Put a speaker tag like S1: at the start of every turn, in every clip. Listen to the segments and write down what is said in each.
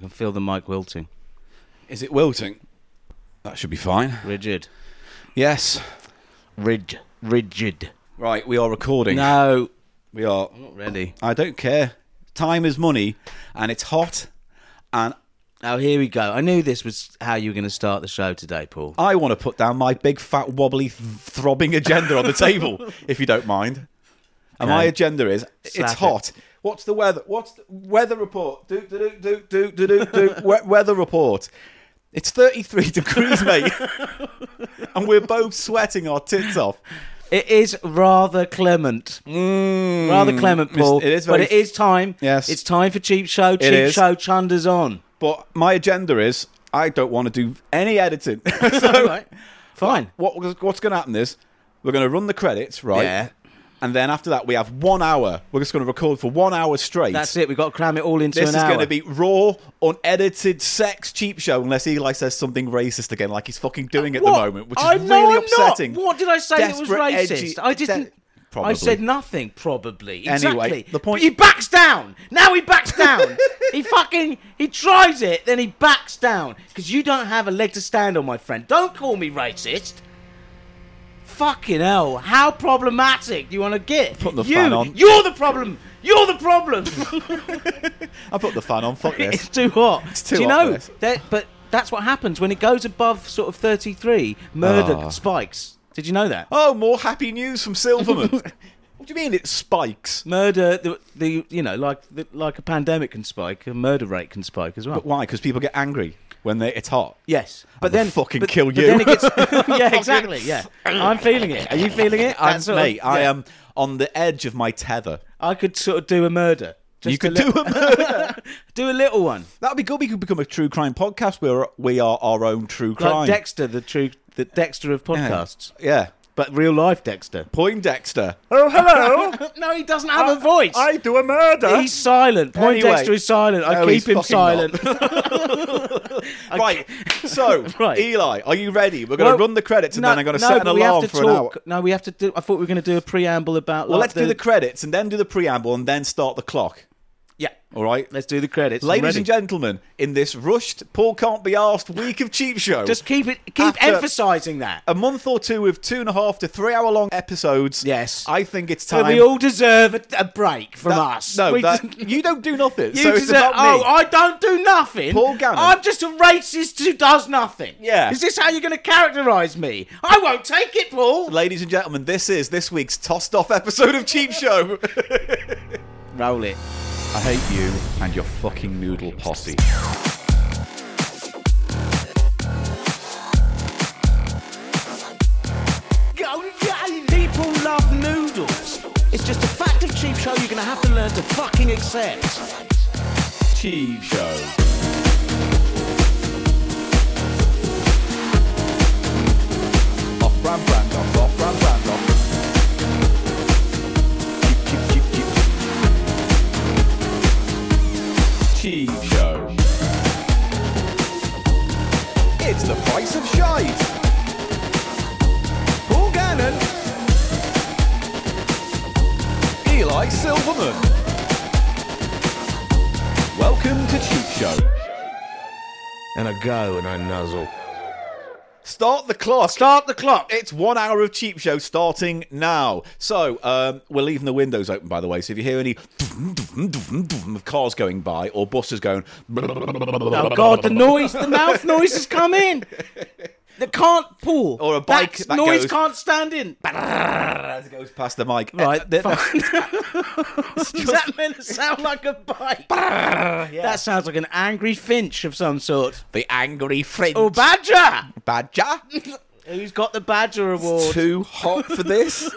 S1: can feel the mic wilting.
S2: Is it wilting? That should be fine.
S1: Rigid.
S2: Yes.
S1: Rid. Rigid.
S2: Right, we are recording.
S1: No.
S2: We are.
S1: Not ready.
S2: I don't care. Time is money, and it's hot, and
S1: Oh, here we go. I knew this was how you were going to start the show today, Paul.
S2: I want to put down my big, fat, wobbly, th- throbbing agenda on the table, if you don't mind. And my
S1: Okay.
S2: agenda is:
S1: Slap
S2: it's
S1: it.
S2: hot. What's the weather? What's the weather report? Do do do do do do do do. We- weather report. It's thirty-three degrees, mate, and we're both sweating our tits off.
S1: It is rather clement. Rather clement, Paul.
S2: Hmm. Mm. It is
S1: but
S2: very-
S1: it is time.
S2: Yes.
S1: It's time for Cheap Show. Cheap
S2: is.
S1: Show Chunders on.
S2: But my agenda is: I don't want to do any editing. so
S1: Right. Fine.
S2: what what's going to happen is we're going to run the credits, right?
S1: Yeah.
S2: And then after that, we have one hour. We're just going to record for one hour straight.
S1: That's it. We've got to cram it all into
S2: This
S1: an
S2: is
S1: hour.
S2: going to be raw, unedited sex cheap show unless Eli says something racist again, like he's fucking doing at
S1: What?
S2: the moment, which is
S1: I-
S2: really
S1: no, I'm
S2: upsetting.
S1: Not. What did I say that
S2: Desperate,
S1: was racist?
S2: edgy-
S1: I didn't.
S2: de- probably.
S1: I said nothing. Probably.
S2: Anyway,
S1: Exactly.
S2: the point-
S1: But he backs down. Now he backs down. he fucking. He tries it, then he backs down because you don't have a leg to stand on, my friend. Don't call me racist. Fucking hell! How problematic do you want to get?
S2: Put the
S1: you,
S2: fan on.
S1: You're the problem. You're the problem.
S2: I put the fan on. Fuck
S1: It's
S2: this.
S1: too hot. It's
S2: too
S1: Do you
S2: hot for
S1: know
S2: this.
S1: that? But that's what happens when it goes above sort of thirty-three. Murder
S2: Ah.
S1: spikes. Did you know that?
S2: Oh, more happy news from Silverman. what do you mean it spikes?
S1: Murder, the, the you know, like the, like a pandemic can spike, a murder rate can spike as well.
S2: But why? Because people get angry when they, it's hot.
S1: yes, but
S2: will
S1: then
S2: fucking
S1: but-
S2: kill
S1: but
S2: you.
S1: then it gets- yeah, exactly. Yeah, I'm feeling it. Are you feeling it? I'm
S2: And
S1: sort of-
S2: mate, I
S1: yeah.
S2: am on the edge of my tether.
S1: I could sort of do a murder. Just
S2: you could
S1: a
S2: do a
S1: do a little one,
S2: That'd be good. We could become a true crime podcast. We're we are our own true
S1: like
S2: crime.
S1: Dexter, the true, the Dexter of podcasts,
S2: yeah,
S1: but real life Dexter.
S2: Poindexter.
S1: Oh, hello. no, he doesn't have a voice.
S2: do a murder.
S1: He's silent. Point Dexter
S2: Anyway.
S1: is silent. I
S2: No, he's
S1: keep him
S2: fucking
S1: silent. I-
S2: right. So,
S1: Right.
S2: Eli, are you ready? We're going to
S1: Well,
S2: run the credits and
S1: no,
S2: then I'm going to
S1: no,
S2: set an
S1: but we have
S2: alarm
S1: to
S2: for an hour.
S1: talk. No, we have to do. I thought we were going to do a preamble about.
S2: Well,
S1: like,
S2: let's do the credits and then do the preamble and then start the clock.
S1: yeah.
S2: All right.
S1: Let's do the credits. I'm
S2: Ladies
S1: ready.
S2: and gentlemen, in this rushed, Paul can't be asked week of cheap show,
S1: just keep it. Keep
S2: After-
S1: emphasizing that.
S2: a month or two of two and a half to three hour long episodes.
S1: Yes.
S2: I think it's
S1: So
S2: time.
S1: we all deserve a, a break from
S2: That-
S1: us.
S2: No,
S1: we
S2: that-
S1: just-
S2: you don't do nothing.
S1: you
S2: so it's
S1: deserve.
S2: about
S1: oh,
S2: me.
S1: I don't do nothing.
S2: Paul Gannon.
S1: I'm just a racist who does nothing.
S2: Yeah.
S1: Is this how you're going to characterize me? I won't take it, Paul.
S2: Ladies and gentlemen, this is this week's tossed off episode of Cheap Show.
S1: Roll it.
S2: I hate you and your fucking noodle posse.
S1: People love noodles. It's just a fact of cheap show you're going to have to learn to fucking accept.
S2: Cheap Show. Off brand brand off, off brand brand off. Cheap, cheap, cheap, cheap. Cheap Show. It's the price of shite. Paul Gannon. Eli Silverman. Welcome to Cheap Show.
S3: and I go and I nuzzle.
S2: Start the clock.
S1: Start the clock.
S2: It's one hour of Cheap Show starting now. So um, we're leaving the windows open, by the way. So if you hear any of cars going by or buses going,
S1: Oh God, the noise, the mouth noise has come in. That can't pull.
S2: Or a bike
S1: That,
S2: that
S1: noise
S2: goes-
S1: can't stand in.
S2: as it goes past the mic,
S1: Right,
S2: eh, th-
S1: fine. Is that meant to sound like a bike? That sounds like an angry finch of some sort.
S2: the angry French
S1: Or badger.
S2: badger.
S1: Who's got the badger award?
S2: Too hot for this.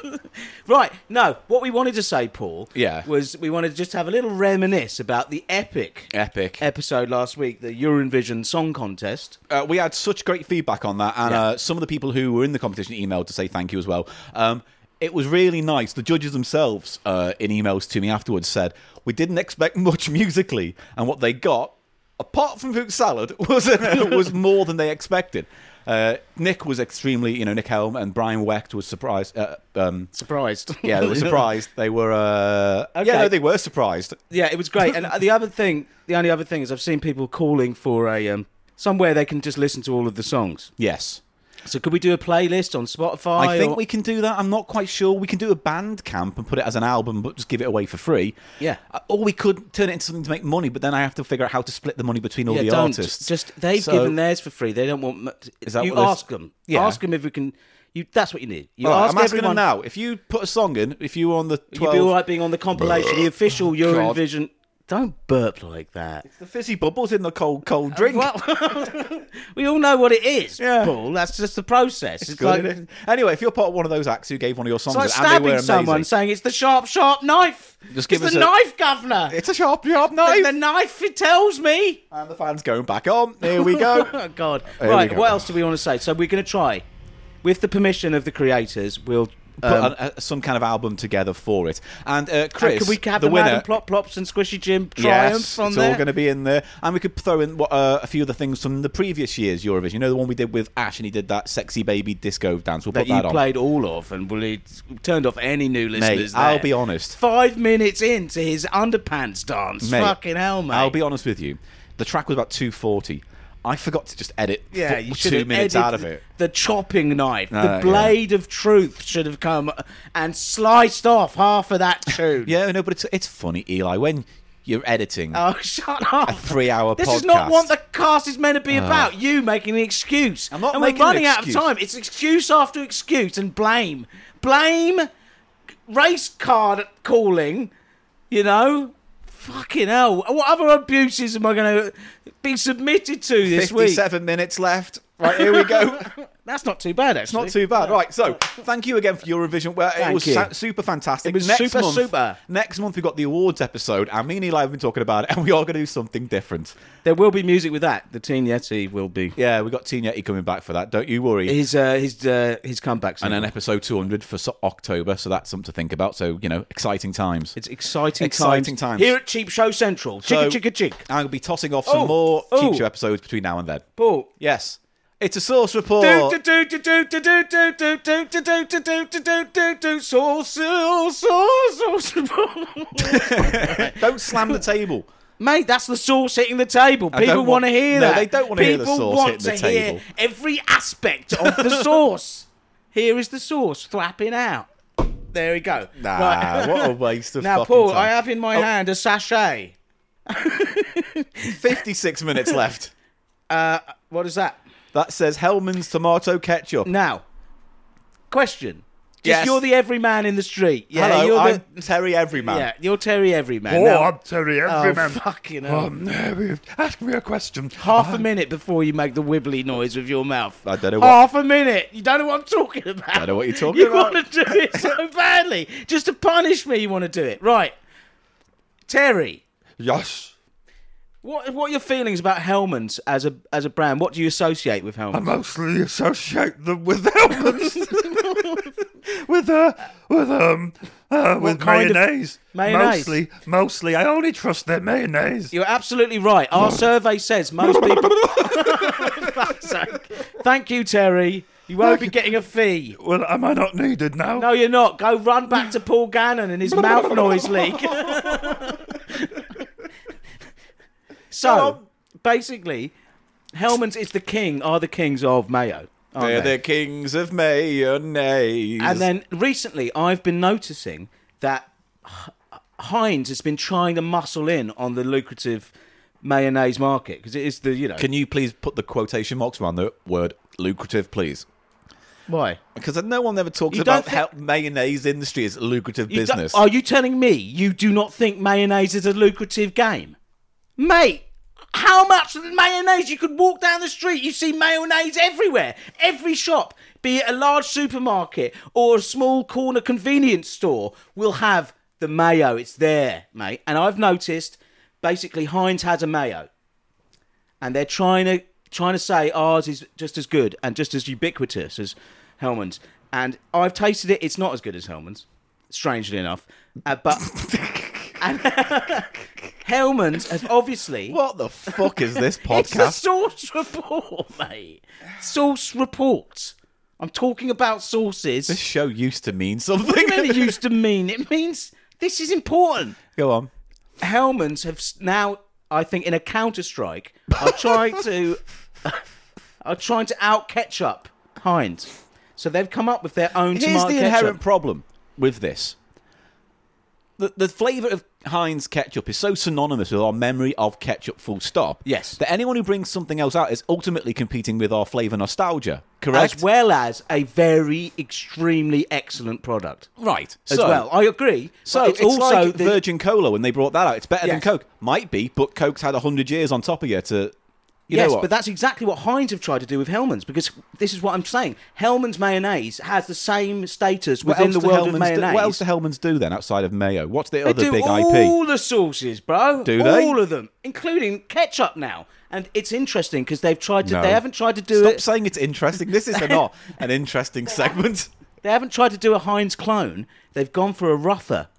S1: Right, no, what we wanted to say, Paul,
S2: Yeah.
S1: was we wanted to just have a little reminisce about the epic
S2: Epic.
S1: episode last week, the Eurovision Song Contest.
S2: uh, we had such great feedback on that, and
S1: Yeah.
S2: uh, some of the people who were in the competition emailed to say thank you as well. Um, it was really nice. The judges themselves, uh, in emails to me afterwards, said we didn't expect much musically, and what they got, apart from fruit salad, was was more than they expected. Uh, Nick was extremely, you know, Nick Helm and Brian Wecht was surprised. Uh, um,
S1: Surprised.
S2: yeah, they were surprised. They were. Uh,
S1: Okay.
S2: Yeah, no, they were surprised.
S1: Yeah, it was great. And uh, the other thing, the only other thing is I've seen people calling for a um, somewhere they can just listen to all of the songs.
S2: Yes.
S1: So could we do a playlist on Spotify?
S2: I think
S1: or-
S2: we can do that. I'm not quite sure. We can do a band camp and put it as an album, but just give it away for free.
S1: Yeah.
S2: Uh, Or we could turn it into something to make money, but then I have to figure out how to split the money between all
S1: yeah,
S2: the
S1: don't.
S2: artists.
S1: Just they've
S2: So-
S1: given theirs for free. They don't want. Much.
S2: Is that
S1: you
S2: what this-
S1: ask them?
S2: Yeah.
S1: Ask them if we can. You. That's what you need. You
S2: All right,
S1: ask
S2: I'm asking
S1: everyone
S2: them now. If you put a song in, if you were on the 12,
S1: You'd be all right being on the compilation, the official Eurovision. Don't burp like that.
S2: the fizzy bubbles in the cold, cold drink.
S1: Well, we all know what it is,
S2: Yeah.
S1: Paul. That's just the process. It's,
S2: It's good,
S1: like,
S2: isn't it? Anyway, if you're part of one of those acts who gave one of your songs
S1: it's like
S2: and they were
S1: stabbing
S2: amazing,
S1: someone, saying it's the sharp, sharp knife.
S2: Just give
S1: it's the
S2: us a-
S1: knife, governor.
S2: it's a sharp, sharp
S1: the,
S2: knife.
S1: the knife. It tells me.
S2: and the fans going back on. Here we go.
S1: Oh God!
S2: There we
S1: right,
S2: go.
S1: what else do we want to say? So we're going to try, with the permission of the creators, we'll.
S2: put
S1: Um,
S2: an- uh, some kind of album together for it. And uh,
S1: and
S2: Chris,
S1: can we have
S2: the
S1: the, Madam
S2: winner.
S1: Plop Plops and Squishy Jim triumph
S2: Yes,
S1: on
S2: it's
S1: there?
S2: all going to be in there, and we could throw in what, uh, a few of the things from the previous year's Eurovision. You know the one we did with Ash, and he did that sexy baby disco dance. We'll
S1: that
S2: put that
S1: you
S2: on.
S1: played all of and well, it turned off any new
S2: Mate,
S1: listeners.
S2: I'll
S1: there.
S2: be honest.
S1: Five minutes into his underpants dance,
S2: Mate,
S1: fucking hell, mate!
S2: I'll be honest with you. The track was about two forty. I forgot to just edit
S1: yeah,
S2: fu-
S1: you should
S2: two
S1: have
S2: minutes
S1: edited
S2: out of it.
S1: The chopping knife,
S2: Ah,
S1: the
S2: yeah.
S1: blade of truth, should have come and sliced off half of that tune.
S2: Yeah, no, but it's it's funny, Eli, when you're editing.
S1: Oh, shut up.
S2: A three-hour
S1: This is not
S2: podcast. Uh.
S1: what the cast is meant to be about. You making an excuse.
S2: I'm not
S1: and
S2: making
S1: we're
S2: an
S1: running out of
S2: excuse.
S1: time. It's excuse after excuse and blame. Blame race card calling, you know? Fucking hell. What other abuses am I going to be submitted to this week?
S2: Fifty-seven minutes left. Right here we go.
S1: That's not too bad, actually.
S2: It's not too bad. Right, so thank you again for Eurovision. Well, it
S1: Thank
S2: was
S1: you.
S2: sa- super fantastic.
S1: It was
S2: next
S1: super,
S2: month,
S1: super.
S2: Next month, we've got the awards episode, and me and Eli have been talking about it, and we are going to do something different.
S1: There will be music with that. The Teen Yeti will be.
S2: Yeah, we got Teen Yeti coming back for that. Don't you worry.
S1: His, uh, his, uh, his comeback.
S2: and
S1: single.
S2: then episode 200 for so- October, so that's something to think about. So, you know, exciting times.
S1: It's exciting,
S2: Exciting times.
S1: Here at Cheap Show Central.
S2: So-
S1: Chicka, chicka, chick.
S2: I'll be tossing off some
S1: Oh,
S2: more
S1: oh.
S2: Cheap Show episodes between now and then.
S1: Paul,
S2: Yes. It's a source report.
S1: do do do do do do do do do do do do do do do do do sauce sauce sauce
S2: Don't slam the table.
S1: Mate, that's the sauce hitting the table. People
S2: don't
S1: want
S2: want-
S1: to hear
S2: no,
S1: that.
S2: they don't wanna hear the
S1: People
S2: sauce
S1: want
S2: hitting the
S1: to hear
S2: table.
S1: every aspect of the sauce. Here is the sauce thwapping out. There we go.
S2: Nah,
S1: Right.
S2: Ah, what a waste of
S1: now,
S2: fucking
S1: Paul,
S2: time. Oh.
S1: I have in my hand a sachet.
S2: 56 minutes left.
S1: What is that?
S2: That says Hellman's tomato ketchup.
S1: Now, question. Just
S2: Yes.
S1: you're the everyman in the street. Yeah,
S2: Hello,
S1: you're
S2: I'm
S1: the
S2: Terry Everyman.
S1: yeah, you're Terry Everyman.
S4: Oh,
S1: Now-
S4: I'm sorry,
S1: Oh,
S4: everyman.
S1: fucking hell.
S4: Um, ask me a question.
S1: Half a minute before you make the wibbly noise with your mouth.
S2: I don't know what-
S1: Half a minute. You don't know what I'm talking about. I
S2: don't know what you're talking
S1: you
S2: about.
S1: You want to do it so badly. Just to punish me, you want to do it. Right. Terry,
S4: Yes,
S1: what, what are your feelings about Hellman's as a, as a brand? What do you associate with
S4: I
S2: Um,
S1: Hellman's?
S4: mostly associate them with elements. with uh, with um, uh, with
S1: kind of
S4: mayonnaise.
S1: mayonnaise?
S4: Mostly, mostly. I only trust their mayonnaise.
S1: You're absolutely right. Our survey says most people. Fuck's sake. Thank you, Terry. You won't be getting a fee.
S4: Well, am I not needed now?
S1: No, you're not. Go run back to Paul Gannon and his mouth noise leak. so, basically, Hellman's is the king, are the kings of mayo. aren't
S2: They're
S1: they?
S2: the kings of mayonnaise.
S1: And then recently, I've been noticing that H- Heinz has been trying to muscle in on the lucrative mayonnaise market because it is the, you know.
S2: Can you please put the quotation marks around the word lucrative, please?
S1: why?
S2: Because no one ever talks
S1: You don't
S2: about how mayonnaise industry is a lucrative
S1: You don't-
S2: business.
S1: Are you telling me you do not think mayonnaise is a lucrative game? Mate, how much mayonnaise? You could walk down the street, you see mayonnaise everywhere. Every shop, be it a large supermarket or a small corner convenience store, will have the mayo. It's there, mate. And I've noticed basically Heinz has a mayo. And they're trying to trying to say ours is just as good and just as ubiquitous as Hellman's. And I've tasted it, it's not as good as Hellman's strangely enough. Uh, but And Hellman's has obviously.
S2: What the fuck is this
S1: It's a
S2: podcast?
S1: source report, mate. Source report. I'm talking about sources.
S2: this
S1: It
S2: show used to mean something.
S1: really used to mean it means this is important.
S2: Go on.
S1: Hellman's have s- now, I think, in a counter strike, are trying to are trying to out catch up Heinz. So they've come up with their own
S2: Here's
S1: tomato
S2: the
S1: ketchup.
S2: inherent problem with this. The, the flavour of Heinz ketchup is so synonymous with our memory of ketchup full stop.
S1: Yes.
S2: That anyone who brings something else out is ultimately competing with our flavour nostalgia. Correct?
S1: as well as a very extremely excellent product.
S2: right.
S1: As
S2: so,
S1: well, I agree.
S2: So
S1: but
S2: it's,
S1: it's, also
S2: like
S1: the-
S2: Virgin Cola when they brought that out. It's better than
S1: Yes.
S2: Coke. Might be, but Coke's had 100 years on top of you to. You
S1: yes,
S2: know what?
S1: but that's exactly what Heinz have tried to do with Hellman's because this is what I'm saying. Hellman's mayonnaise has the same status
S2: What
S1: within
S2: else
S1: the
S2: do
S1: world of
S2: Hellmann's do-
S1: mayonnaise.
S2: what else do Hellman's do then outside of mayo? What's
S1: they
S2: the other
S1: do
S2: big IP?
S1: all the sauces, bro.
S2: Do
S1: all
S2: they?
S1: of them, including ketchup now. And it's interesting because they've tried to.
S2: No.
S1: They haven't tried to do
S2: Stop
S1: it.
S2: saying it's interesting. This is not an interesting segment.
S1: They haven't tried to do a Heinz clone. They've gone for a Rother.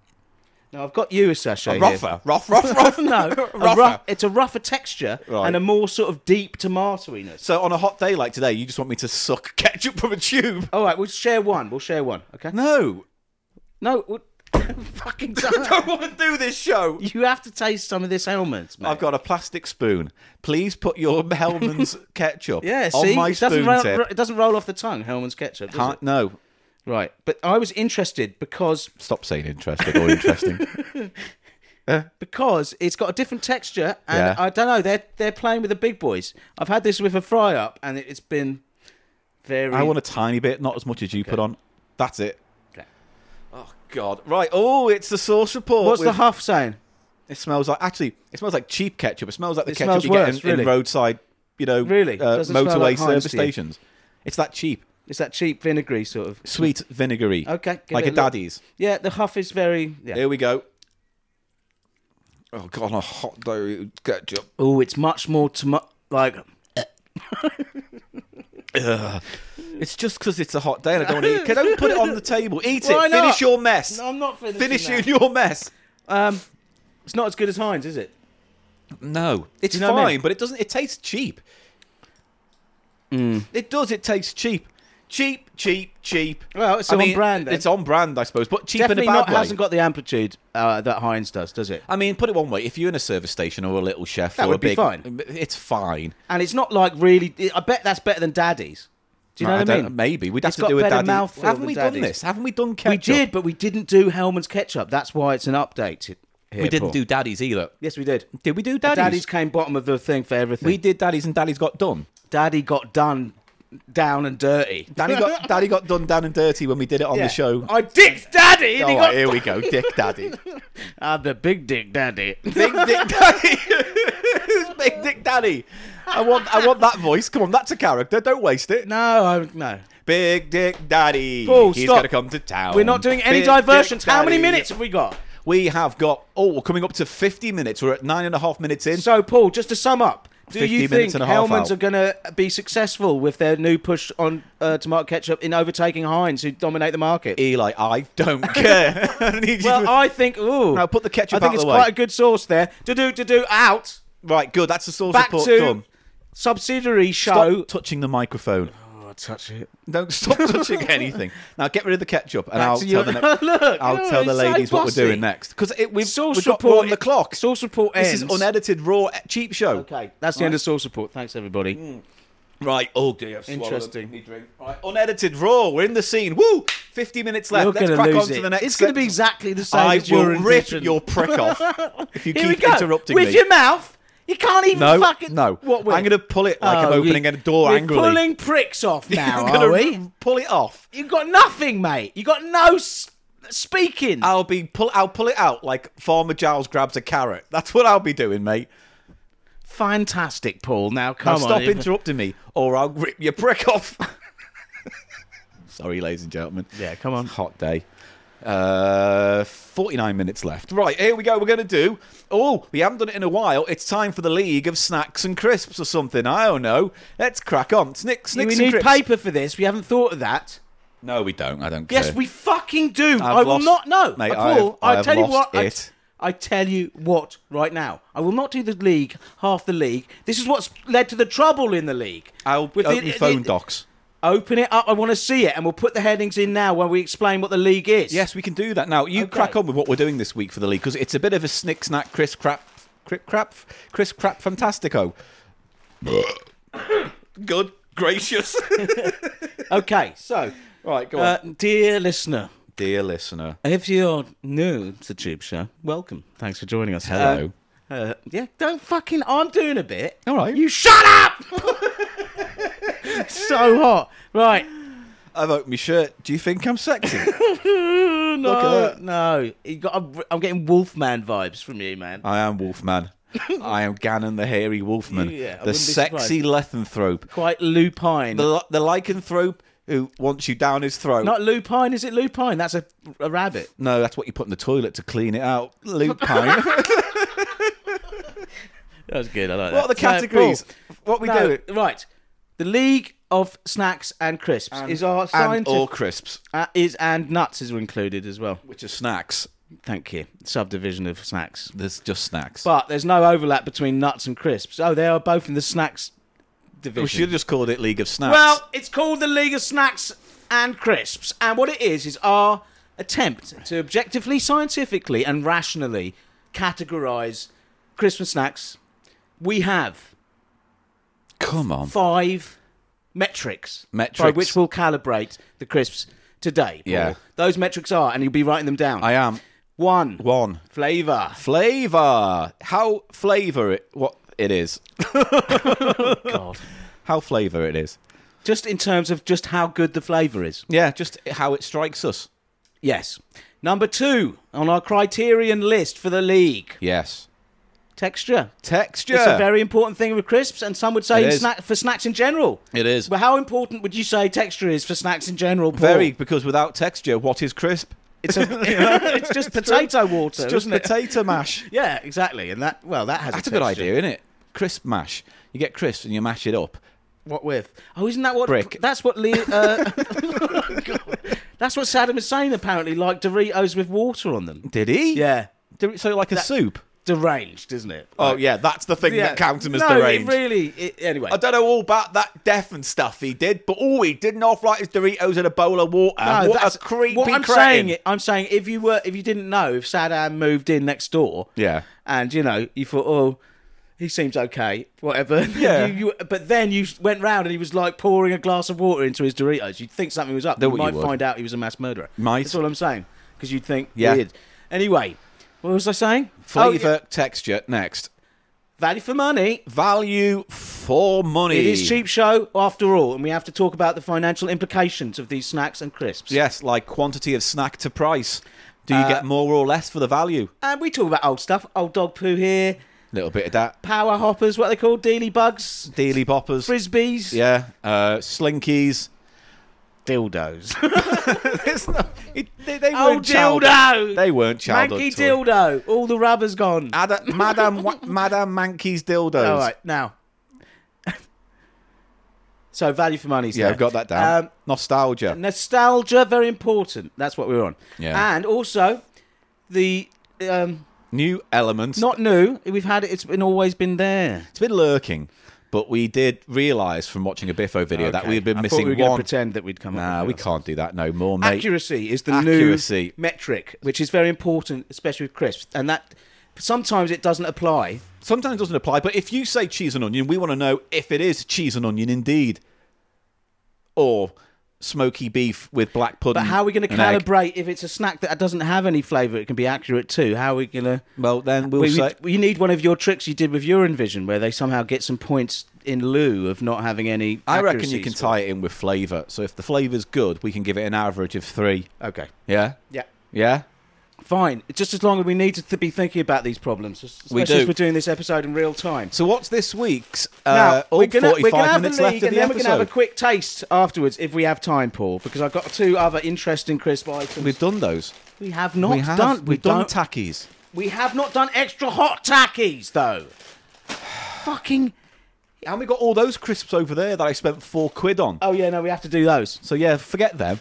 S1: Now I've got you a sachet. here.
S2: Roffer, roff, roff, roff.
S1: no, a
S2: Rougher.
S1: rough, it's a rougher texture
S2: Right.
S1: and a more sort of deep tomatoiness.
S2: So on a hot day like today, you just want me to suck ketchup from a tube?
S1: All right, we'll share one. We'll share one. Okay.
S2: No,
S1: No, we'll... fucking
S2: I
S1: don't.
S2: don't want to do this show.
S1: You have to taste some of this Hellman's, mate.
S2: I've got a plastic spoon. Please put your Hellman's ketchup
S1: yeah,
S2: on
S1: see,
S2: my
S1: it, doesn't
S2: spoon
S1: roll,
S2: tip.
S1: it doesn't roll off the tongue. Hellman's ketchup, does
S2: Can't- no,
S1: it? Right, but I was interested because
S2: stop saying interesting or interesting.
S1: because it's got a different texture, and
S2: Yeah.
S1: I don't know. They're they're playing with the big boys. I've had this with a fry up, and it's been very.
S2: I want a tiny bit, not as much as you put on. That's it.
S1: Okay.
S2: Oh God! Right. Oh, it's the source report.
S1: What's the
S2: with-
S1: huff saying?
S2: It smells like actually. It smells like cheap ketchup. It smells like the
S1: It
S2: ketchup
S1: smells
S2: you get
S1: worse,
S2: in,
S1: really.
S2: in roadside, you know,
S1: Really?
S2: uh,
S1: Doesn't smell
S2: motorway
S1: like Heinz
S2: service
S1: to you?
S2: stations. It's that cheap,
S1: It's that cheap vinegary sort of.
S2: sweet, vinegary,
S1: Mm. Okay, give
S2: like
S1: it
S2: a
S1: a look.
S2: daddy's.
S1: Yeah, the huff is very. Yeah.
S2: Here we go. Oh God, a hot day with ketchup.
S1: Oh, it's much more tomato like.
S2: It's just because it's a hot day and I don't want to eat. Can I put it on the table? Eat
S1: Why
S2: it. Finish
S1: not?
S2: your mess.
S1: No, I'm not finishing.
S2: Finish
S1: that.
S2: your mess.
S1: Um, it's not as good as Heinz, is it?
S2: No, it's
S1: You know what I
S2: fine,
S1: mean?
S2: but it doesn't. It tastes cheap.
S1: Hmm.
S2: It does. It tastes cheap, cheap, cheap, cheap.
S1: Well, it's on brand then.
S2: It's on brand, I suppose, but cheap
S1: Definitely
S2: in a bad
S1: not.
S2: way.
S1: Hasn't got the amplitude uh, that Heinz does, does it?
S2: I mean, put it one way: if you're in a service station or a little chef
S1: That
S2: or a
S1: would be
S2: big,
S1: fine.
S2: it's fine.
S1: And it's not like really. I bet that's better than Daddy's. Do you know
S2: I
S1: what I
S2: don't-
S1: mean?
S2: Maybe we'd have
S1: It's
S2: to
S1: got
S2: do a
S1: better
S2: daddy.
S1: mouthfeel
S2: Haven't
S1: than
S2: we
S1: daddy's.
S2: done this? Haven't we done ketchup?
S1: We did, but we didn't do Hellman's ketchup. That's why it's an update. it- Here,
S2: We
S1: Paul.
S2: didn't do daddies either.
S1: Yes, we did.
S2: Did we do
S1: Daddy's?
S2: daddies?
S1: came bottom of the thing for everything.
S2: We did daddies, and daddies got done.
S1: Daddy got done, down and dirty.
S2: Daddy got daddy got done down and dirty when we did it on
S1: Yeah.
S2: the show. Oh,
S1: I dicked Daddy, and
S2: All
S1: he
S2: right,
S1: got.
S2: here we go, Dick Daddy.
S1: I'm the big dick Daddy.
S2: Big Dick Daddy. Who's Big Dick Daddy? I want, I want that voice. Come on, that's a character. Don't waste it.
S1: no, I, no.
S2: Big Dick Daddy.
S1: Paul,
S2: He's
S1: stop.
S2: to come to town.
S1: We're not doing any
S2: Oh, Big Dick
S1: diversions. How many
S2: Daddy.
S1: minutes have we got?
S2: We have got. Oh, we're coming up to fifty minutes. We're at nine and a half minutes in.
S1: So, Paul, just to sum up, do
S2: 50
S1: you think
S2: minutes and a half
S1: Hellman's
S2: out.
S1: are going to be successful with their new push on uh, tomato ketchup in overtaking Heinz, who dominate the market?
S2: Eli, I don't care. I need you
S1: well,
S2: to-
S1: I think. Ooh,
S2: Now put the ketchup
S1: I think
S2: out
S1: it's
S2: the way.
S1: quite a good source there. To do, to do, out.
S2: right, good. That's the source
S1: Back
S2: report
S1: to
S2: done.
S1: subsidiary
S2: Stop
S1: show.
S2: touching the microphone.
S1: Oh, touch it.
S2: Don't stop touching anything. Now get rid of the ketchup, and I'll
S1: to
S2: tell
S1: your-
S2: the next,
S1: Look,
S2: I'll
S1: oh,
S2: tell the
S1: it's so
S2: ladies what we're
S1: bossy.
S2: doing next because we've,
S1: Source
S2: we've got
S1: report
S2: more on the clock.
S1: Source report
S2: This
S1: ends.
S2: is unedited, raw, eh, cheap show.
S1: Okay, Hmm. that's the end of source report. Thanks, everybody.
S2: Right. Oh dear. I've swallowed
S1: Interesting.
S2: a mini drink. Right. Unedited, raw. We're in the scene. Woo! Fifty minutes left.
S1: You're
S2: Let's
S1: gonna
S2: crack
S1: lose
S2: on to
S1: it.
S2: the next.
S1: it's going to be
S2: sentence.
S1: exactly the same.
S2: I
S1: as
S2: will
S1: your
S2: rip
S1: rendition.
S2: your prick off if you
S1: Here we
S2: keep
S1: go.
S2: interrupting
S1: with
S2: me.
S1: your mouth. You can't even
S2: no,
S1: fucking.
S2: no.
S1: What? with?
S2: I'm going to pull it like I'm
S1: Oh,
S2: opening
S1: you-
S2: a door
S1: we're
S2: angrily.
S1: Pulling pricks off now,
S2: I'm
S1: are
S2: gonna
S1: we?
S2: pull it off.
S1: You got nothing, mate. You got no s- speaking.
S2: I'll be pull. I'll pull it out like Farmer Giles grabs a carrot. That's what I'll be doing, mate.
S1: Fantastic, Paul. Now come
S2: Now
S1: on.
S2: stop
S1: if-
S2: interrupting me, or I'll rip your prick off. Sorry, ladies and gentlemen.
S1: Yeah, come on.
S2: Hot day. Uh, 49 minutes left. Right, here we go. We're going to do. Oh, we haven't done it in a while. It's time for the League of Snacks and Crisps or something. I don't know. Let's crack on. Snick,
S1: We
S2: snicks and
S1: need
S2: crisps.
S1: paper for this. We haven't thought of that.
S2: No, we don't. I don't care.
S1: Yes, we fucking do.
S2: I've
S1: I will
S2: lost-
S1: not know.
S2: Mate,
S1: Paul,
S2: I have, I have
S1: tell you
S2: lost
S1: what. I-
S2: It.
S1: I tell you what, right now, I will not do the league, half the league. This is what's led to the trouble in the league.
S2: I'll
S1: With the-
S2: open your phone
S1: the-
S2: docs.
S1: Open it up. I want to see it, and we'll put the headings in now when we explain what the league is.
S2: Yes, we can do that. Now, you
S1: Okay.
S2: crack on with what we're doing this week for the league because it's a bit of a snick snack, Chris crap, crip crap, Chris crap, fantastico. Good gracious.
S1: Okay, so,
S2: right, go on.
S1: uh, dear listener,
S2: Dear listener.
S1: if you're new to Tube Show, welcome. Thanks for joining us.
S2: Hello.
S1: Uh, uh, yeah, don't fucking. I'm doing a bit.
S2: All right.
S1: You shut up! so hot. Right.
S2: I've opened my shirt. Do you think I'm sexy?
S1: Oh, No,
S2: at that.
S1: no. You got, I'm, I'm getting Wolfman vibes from you, man.
S2: I am Wolfman. I am Ganon the hairy Wolfman.
S1: Yeah, I wouldn't
S2: the
S1: be
S2: sexy lycanthrope.
S1: Quite lupine.
S2: The, li- the lycanthrope who wants you down his throat.
S1: Not lupine, is it lupine? That's a, a rabbit.
S2: no, that's what you put in the toilet to clean it out. Lupine.
S1: That was good. I like that.
S2: what are
S1: So,
S2: the categories?
S1: Paul,
S2: what we
S1: no,
S2: do?
S1: right. The League of Snacks and Crisps is our
S2: And
S1: scientific
S2: all crisps,
S1: uh, is and nuts is included as well.
S2: which are snacks.
S1: Thank you. Subdivision of snacks.
S2: There's just snacks.
S1: But there's no overlap between nuts and crisps. Oh, they are both in the snacks division.
S2: we should have just called it League of Snacks.
S1: Well, it's called the League of Snacks and Crisps, and what it is is our attempt to objectively, scientifically, and rationally categorize crisps and snacks. We have
S2: come on.
S1: five metrics, by
S2: Metrics.
S1: which we'll calibrate the crisps today. Paul.
S2: Yeah.
S1: those metrics are, and you'll be writing them down.
S2: I am
S1: One,
S2: one
S1: flavor.
S2: flavor. How flavor it? What it is?
S1: God.
S2: How flavor it is?
S1: Just in terms of just how good the flavor is.
S2: Yeah, just how it strikes us.
S1: Yes. Number two on our criterion list for the league
S2: Yes.
S1: texture.
S2: Texture.
S1: It's a very important thing with crisps, and some would say
S2: It
S1: in
S2: is.
S1: snack, for snacks in general.
S2: It is.
S1: Well, how important would you say texture is for snacks in general? Paul?
S2: Very, because without texture, what is crisp?
S1: It's, a, it's just potato water,
S2: It's just
S1: isn't it?
S2: potato mash.
S1: Yeah, exactly. And that well, that has
S2: That's a
S1: a
S2: good
S1: texture.
S2: idea, isn't it? Crisp mash. You get crisps and you mash it up.
S1: What with? Oh, isn't that what?
S2: Brick.
S1: That's what. Leo, uh, God. that's what Saddam Hussein apparently liked Doritos with water on them.
S2: Did he?
S1: Yeah,
S2: Did- So like a soup.
S1: deranged, isn't it?
S2: Oh yeah, that's the thing
S1: Yeah.
S2: that counts him as
S1: no,
S2: deranged.
S1: It really. It, anyway,
S2: I don't know all about that death and stuff he did, but all he did not like his Doritos in a bowl of water.
S1: No,
S2: what
S1: that's-
S2: a creepy
S1: What I'm
S2: cretin.
S1: saying, I'm saying, if you were, if you didn't know, if Saddam moved in next door,
S2: Yeah.
S1: and you know, you thought, oh, he seems okay, whatever.
S2: Yeah.
S1: you, you, but then you went round and he was like pouring a glass of water into his Doritos. You'd think something was up. you
S2: Then what you
S1: might
S2: would.
S1: find out he was a mass murderer.
S2: Might.
S1: That's all I'm saying, because you'd think
S2: Yeah.
S1: weird. Anyway, what was I saying? Oh,
S2: Flavor,
S1: yeah,
S2: texture, next.
S1: value for money.
S2: Value for money.
S1: It is cheap show after all, and we have to talk about the financial implications of these snacks and crisps.
S2: Yes, like quantity of snack to price. Do
S1: Uh,
S2: you get more or less for the value?
S1: And we talk about old stuff, old dog poo here,
S2: little bit of that.
S1: power hoppers, what are they called? Dealy bugs,
S2: Dealy boppers.
S1: frisbees,
S2: Yeah. Uh, slinkies.
S1: dildos,
S2: It's not- it- they, they
S1: Oh,
S2: weren't child-
S1: dildo!
S2: They weren't childhood.
S1: manky
S2: toy.
S1: dildo. All the rubber's gone.
S2: Ada- Madame, Wa- Madame Mankey's dildos.
S1: All right, now. so value for money.
S2: Yeah, I've got that down.
S1: Um,
S2: Nostalgia.
S1: nostalgia, very important. That's what we were on.
S2: Yeah.
S1: And also, the um,
S2: New elements.
S1: not new. We've had it. It's been always been there.
S2: It's been lurking, but we did realise from watching a Biffo video Oh, that
S1: Okay.
S2: we had been
S1: I thought
S2: missing
S1: we were gonna
S2: one.
S1: Pretend that we'd come.
S2: Nah,
S1: up
S2: we
S1: with
S2: can't do that no more, mate.
S1: Accuracy is the
S2: Accuracy.
S1: new metric, which is very important, especially with crisps. And that sometimes it doesn't apply.
S2: Sometimes it doesn't apply, but if you say cheese and onion, we want to know if it is cheese and onion indeed, or smoky beef with black pudding.
S1: But how are we going to
S2: and Mm. egg.
S1: calibrate if it's a snack that doesn't have any flavour? It can be accurate too. How are we going to?
S2: Well, then we'll
S1: We,
S2: say.
S1: we, you need one of your tricks you did with your Envision, where they somehow get some points in lieu of not having any.
S2: I reckon you
S1: accuracies.
S2: can tie it in with flavour. So if the flavour's good, we can give it an average of three.
S1: Okay.
S2: Yeah?
S1: Yeah.
S2: Yeah?
S1: Fine. Just as long as we need to th- be thinking about these problems, especially
S2: We do.
S1: as we're doing this episode in real time.
S2: So what's this week's uh,
S1: Now,
S2: all
S1: we're gonna,
S2: 45
S1: we're gonna have
S2: minutes
S1: the league,
S2: left of
S1: and
S2: the
S1: then
S2: episode?
S1: we're gonna have a quick taste afterwards if we have time, Paul, because I've got two other interesting crisp items.
S2: We've done those.
S1: we have not
S2: we have.
S1: done.
S2: We've
S1: we
S2: done
S1: don't-
S2: tackies.
S1: We have not done extra hot tackies though. Fucking.
S2: And we got all those crisps over there that I spent four quid on.
S1: Oh yeah, no, we have to do those.
S2: So yeah, forget them.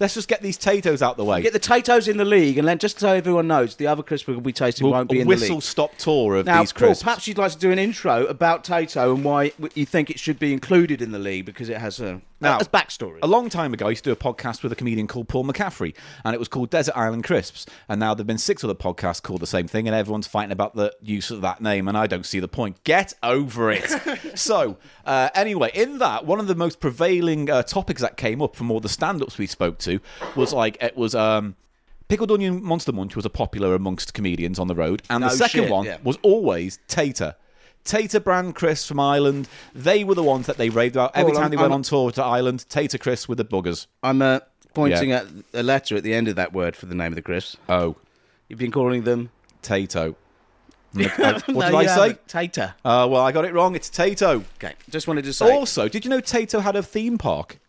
S2: Let's just get these potatoes out the way.
S1: Get the Tato's in the league, and then just so everyone knows, the other crisps we'll be tasting
S2: We'll-
S1: won't be
S2: a
S1: in the league.
S2: whistle stop tour of
S1: Now,
S2: these
S1: Paul,
S2: crisps.
S1: perhaps you'd like to do an intro about Tato and why w- you think it should be included in the league because it has a
S2: Now-
S1: as backstory.
S2: A long time ago, I used to do a podcast with a comedian called Paul McCaffrey, and it was called Desert Island Crisps. And now there've been six other podcasts called the same thing, and everyone's fighting about the use of that name. And I don't see the point. Get over it. so, uh, anyway, in that, one of the most prevailing uh, topics that came up from all the stand-ups we spoke to was like it was. Um, Pickled onion monster munch was a popular amongst comedians on the road, and the
S1: No
S2: second
S1: shit,
S2: one
S1: yeah.
S2: was always Tater, Tater brand crisps from Ireland. They were the ones that they raved about every
S1: Well,
S2: time
S1: I'm-
S2: they went
S1: I'm-
S2: on tour to Ireland. Tater Chris with the buggers.
S1: I'm uh, pointing
S2: Yeah.
S1: at a letter at the end of that word for the name of the crisps.
S2: Oh,
S1: You've been calling them.
S2: Tato. uh, what did I say?
S1: Tato.
S2: Uh, well, I got it wrong. It's Tato.
S1: Okay, just wanted to say.
S2: Also, did you know Tato had a theme park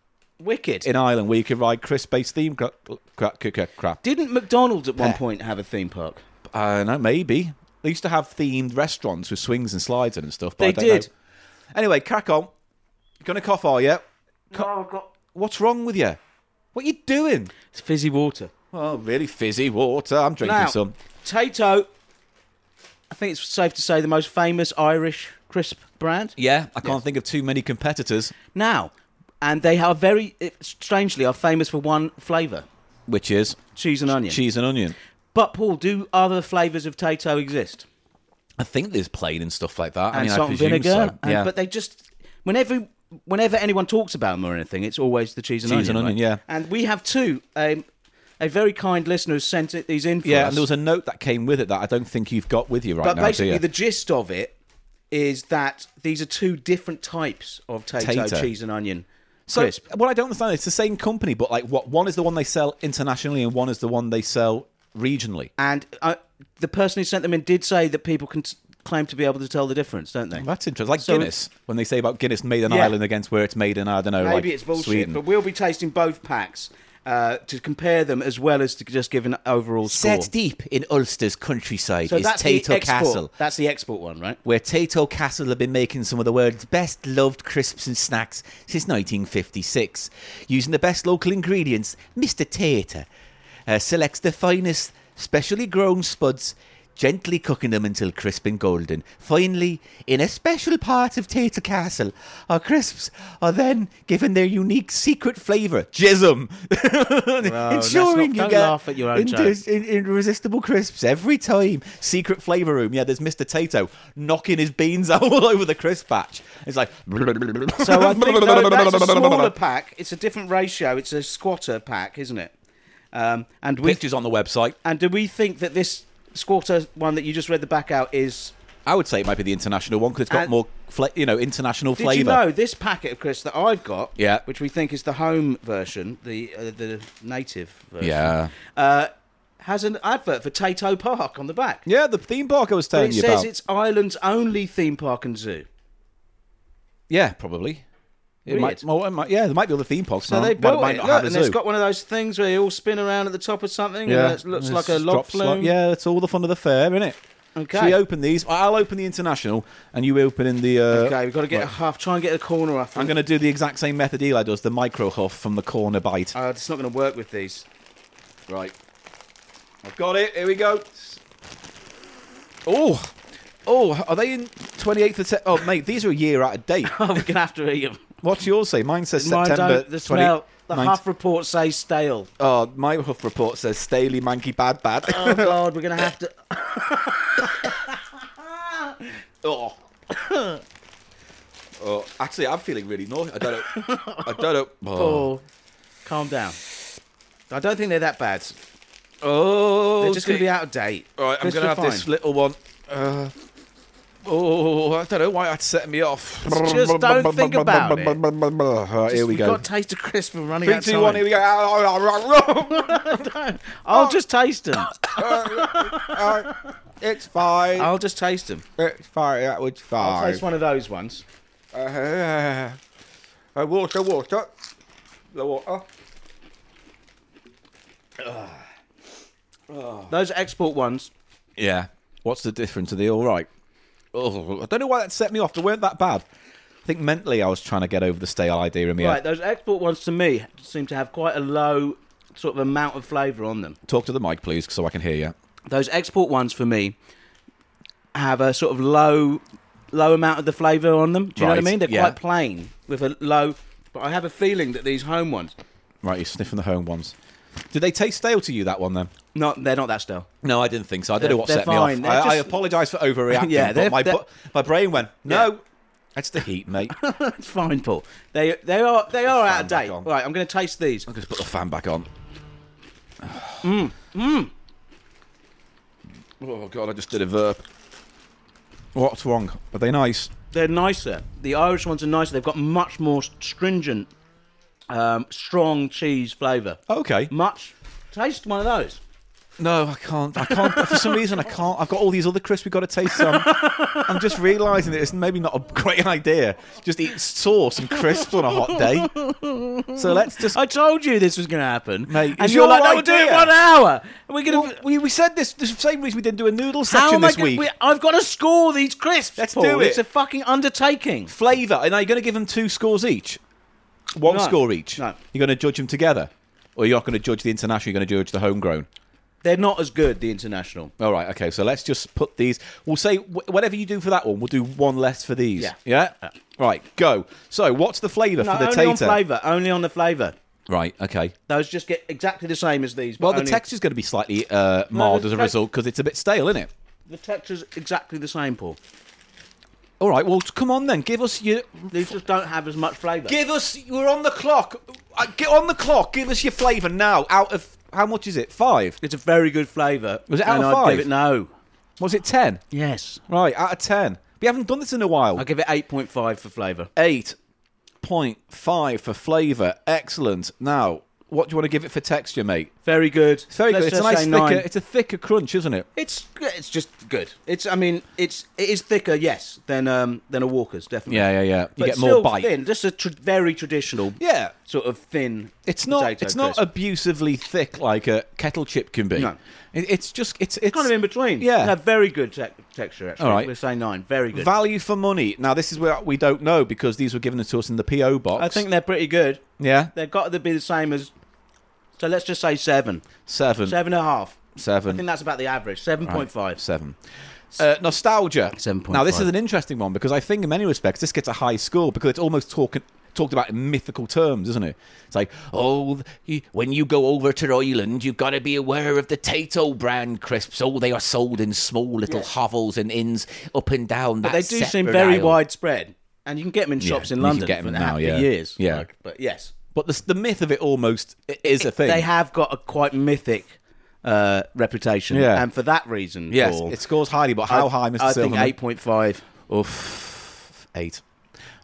S1: wicked.
S2: in Ireland where you could ride crisp-based theme crap? crap, crap, crap.
S1: Didn't McDonald's at one
S2: Yeah.
S1: point have a theme park?
S2: I don't know, maybe. They used to have themed restaurants with swings and slides in and stuff, but
S1: They
S2: I don't know.
S1: did.
S2: Anyway, crack on. You gonna cough, are you? What's wrong with you? What you doing?
S1: It's fizzy water.
S2: Oh, really fizzy water. I'm drinking
S1: Now,
S2: some.
S1: Tato, I think it's safe to say the most famous Irish crisp brand.
S2: Yeah, I can't think of too many competitors,
S1: Now, and they are very, eh, strangely, are famous for one flavour
S2: which is
S1: cheese and onion.
S2: cheese and onion.
S1: But, Paul, do other flavours of Tato exist?
S2: I think there's plain and stuff like that. I
S1: and
S2: mean, I
S1: salt and
S2: presume
S1: vinegar.
S2: so.
S1: and-
S2: yeah.
S1: But they just whenever whenever anyone talks about them or anything, it's always the cheese and
S2: Cheese
S1: onion.
S2: and onion,
S1: right?
S2: yeah.
S1: And we have two. Um, a very kind listener has sent it, these in for
S2: yeah,
S1: us.
S2: and there was a note that came with it that I don't think you've got with you right
S1: but
S2: now, do
S1: basically,
S2: you?
S1: the gist of it is that these are two different types of tato,
S2: Tato.
S1: cheese and onion
S2: so,
S1: crisp.
S2: what I don't understand it's the same company, but like, what one is the one they sell internationally and one is the one they sell regionally.
S1: And uh, the person who sent them in did say that people can t- claim to be able to tell the difference, don't they?
S2: That's interesting. Like
S1: So-
S2: Guinness, when they say about Guinness made in
S1: Yeah.
S2: Ireland against where it's made in, I don't know,
S1: Maybe
S2: like
S1: it's bullshit,
S2: Sweden.
S1: but we'll be tasting both packs uh, to compare them as well as to just give an overall score.
S2: deep in Ulster's countryside
S1: So that's the export. That's the export one, right?
S2: where Tato Castle have been making some of the world's best loved crisps and snacks since 1956. Using the best local ingredients, Mr. Tater uh, selects the finest, specially grown spuds, gently cooking them until crisp and golden. Finally, in a special part of Tater Castle, our crisps are then given their unique secret flavour, jism, ensuring
S1: not-
S2: you
S1: don't
S2: get
S1: laugh at your own jokes.
S2: in, irresistible crisps every time. Secret flavor room. Yeah, there's Mr. Tato knocking his beans all over the crisp batch. It's like
S1: So I think no, that's a smaller pack. It's a different ratio. It's a squatter pack, isn't it? Um, and we
S2: pictures on the website.
S1: and do we think that this squatter one that you just read the back out is?
S2: I would say it might be the international one because it's got
S1: And-
S2: more, fla- you know, international
S1: Did
S2: flavor.
S1: you know this packet of crisps that I've got?
S2: Yeah.
S1: Which we think is the home version, the uh, the native version.
S2: Yeah,
S1: Uh, has an advert for Tato Park on the back.
S2: yeah, the theme park I was
S1: But
S2: telling
S1: it
S2: you
S1: says
S2: about.
S1: it's Ireland's only theme park and zoo.
S2: Yeah, probably. It might,
S1: Weird.
S2: well, it might- yeah, there might be other theme parks.
S1: So
S2: now.
S1: they
S2: Might-
S1: built
S2: might
S1: it,
S2: not
S1: look,
S2: have a
S1: and it's
S2: zoo.
S1: got one of those things where they all spin around at the top of something, and it looks
S2: And
S1: like a
S2: it's
S1: log
S2: drops like-
S1: flume.
S2: yeah, it's all the fun of the fair, isn't it?
S1: Okay.
S2: Should we open these? I'll open the international, and you open in the. Uh,
S1: Okay, we've got to get a half. Try and get a corner off.
S2: I'm going to do the exact same method Eli does, the micro huff from the corner bite.
S1: Uh, it's not going to work with these.
S2: right. I've got it. Here we go. Oh. Oh, are they in 28th of September? Oh, mate, these are a year out of date.
S1: Oh, we're going to have to eat them.
S2: What's yours say? Mine says
S1: Mine
S2: September
S1: don't. The smell. The
S2: 20
S1: half report says stale.
S2: Oh, my huff report says Staley Manky Bad Bad.
S1: Oh God, we're going to have to.
S2: oh. oh. Actually, I'm feeling really naughty. I don't know. I don't know.
S1: Oh, calm down. I don't think they're that bad.
S2: Oh,
S1: They're just going to
S2: dear.
S1: be out of date.
S2: All right, I'm
S1: Crisps
S2: going to have
S1: are
S2: this
S1: fine.
S2: little one. Uh, oh, I don't know why that's setting me off.
S1: Just don't think about it.
S4: All right,
S2: here we
S1: We've
S2: go.
S1: got taste of crisp and running
S2: Three,
S1: out
S2: two, one. Here we go.
S1: I'll just taste them.
S2: it's fine.
S1: I'll just taste them.
S2: It's fine. That was
S1: I'll
S2: fine.
S1: taste one of those ones.
S2: Uh, uh, water, water, the water.
S1: Those export ones.
S2: Yeah. What's the difference? Are they all right? Oh, I don't know why that set me off. They weren't that bad. I think mentally I was trying to get over the stale idea in my
S1: Right, those export ones to me seem to have quite a low sort of amount of flavour on them.
S2: Talk to the mic, please, so I can hear you.
S1: Those export ones for me have a sort of low, low amount of the flavour on them. Do you know
S2: Right,
S1: what I mean? They're
S2: yeah.
S1: quite plain with a low. But I have a feeling that these home ones,
S2: Right, you're sniffing the home ones. Did they taste stale to you that one then?
S1: not they're not that stale.
S2: No, I didn't think so. I don't
S1: They're-
S2: know what
S1: they're
S2: set
S1: fine.
S2: me
S1: They're
S2: off. I, I
S1: just-
S2: apologise for overreacting.
S1: Yeah,
S2: yeah,
S1: they're-
S2: but my,
S1: they're-
S2: bu- my brain went no.
S1: Yeah.
S2: That's the heat, mate. I'm
S1: It's fine, Paul. They they are they are out of
S2: fan back
S1: date.
S2: on.
S1: Right, I'm going to taste these.
S2: gonna put the fan back on. Mm, Oh god, I just did a verb. What's wrong? Are they nice?
S1: They're nicer. The Irish ones are nicer. They've got much more stringent, um, strong cheese flavour.
S2: Okay.
S1: Much. Taste one of those.
S2: No, I can't. I can't. For some reason, I can't. I've got all these other crisps we've got to taste. So I'm, I'm just realising that it's maybe not a great idea. Just eat sauce and crisps on a hot day. So let's just.
S1: I told you this was going to happen,
S2: Mate,
S1: And
S2: it's
S1: you're
S2: your
S1: like, "No, we'll do it
S2: idea."
S1: one hour. And we're going
S2: Well,
S1: to.
S2: we, we said this the same reason we didn't do a noodle
S1: How
S2: section
S1: am I
S2: this
S1: gonna,
S2: week.
S1: we- I've got to score these crisps.
S2: Let's
S1: Paul.
S2: do it.
S1: It's a fucking undertaking.
S2: Flavour, and are you going to give them two scores each? One
S1: No.
S2: score each?
S1: No.
S2: You're going to judge them together? Or you're not going to judge the international, you're going to judge the homegrown?
S1: They're not as good. The international.
S2: All right, okay, so let's just put these. We'll say wh- whatever you do for that one, we'll do one less for these.
S1: Yeah.
S2: Yeah? Right, go. So, what's the flavour
S1: No,
S2: for the
S1: only
S2: tater?
S1: on flavour. Only on the flavour.
S2: Right, okay.
S1: Those just get exactly the same as these. but
S2: Well, the
S1: only-
S2: texture's going to be slightly uh, mild
S1: the
S2: as a
S1: tex-
S2: result because it's a bit stale, isn't it?
S1: the texture's exactly the same, Paul.
S2: All right, well, come on then. Give us your
S1: These just don't have as much flavour.
S2: Give us. We're on the clock. Uh, Get on the clock. Give us your flavour now. Out of how much is it? Five.
S1: It's a very good flavour.
S2: Was it out
S1: and I'd
S2: of five?
S1: give it no.
S2: Was it ten?
S1: Yes.
S2: Right, out of ten. We haven't done this in a while.
S1: I'll give it 8.5 for flavour.
S2: Eight point five for flavour. Excellent. Now, what do you want to give it for texture, mate?
S1: Very good.
S2: It's very
S1: Let's
S2: good. It's
S1: just
S2: a nice
S1: say
S2: thicker.
S1: nine.
S2: It's a thicker crunch, isn't it?
S1: It's it's just good. It's I mean it's it is thicker, yes, than um than a Walker's definitely.
S2: Yeah, yeah, yeah. You
S1: But
S2: get
S1: still
S2: more bite.
S1: Thin, just a tr- very traditional
S2: Yeah.
S1: sort of thin.
S2: It's not.
S1: potato
S2: it's not
S1: crisp.
S2: abusively thick like a kettle chip can be.
S1: No.
S2: It, it's just. It's. It's
S1: kind of in between.
S2: Yeah.
S1: no, very good te- texture. Actually,
S2: All right.
S1: we're saying nine. Very good.
S2: Value for money. Now this is where we don't know because these were given to us in the PO box.
S1: I think they're pretty good.
S2: Yeah.
S1: They've got to be the same as. So let's just say seven,
S2: Seven.
S1: seven and a half. I
S2: Seven.
S1: think that's about the average. Seven
S2: Right,
S1: point five.
S2: Seven. Uh, nostalgia.
S1: 7.5.
S2: Now, this is an interesting one because I think in many respects this gets a high score because it's almost talking talked about in mythical terms, isn't it? It's like, oh, you- when you go over to Ireland, you've got to be aware of the Tato brand crisps. Oh, they are sold in small little hovels and inns up and down
S1: But
S2: that
S1: they do seem
S2: separate
S1: very
S2: aisle.
S1: widespread, and you can get them in shops in
S2: you can
S1: London
S2: get 'em
S1: for,
S2: now,
S1: for
S2: yeah.
S1: years.
S2: Yeah.
S1: like, but yes,
S2: But the, the myth of it almost i- is a thing.
S1: they have got a quite mythic uh, reputation,
S2: Yeah.
S1: and for that reason,
S2: yes,
S1: Paul,
S2: it scores highly, but how high, Mr.
S1: I
S2: Silverman?
S1: think eight point five.
S2: Oof, eight.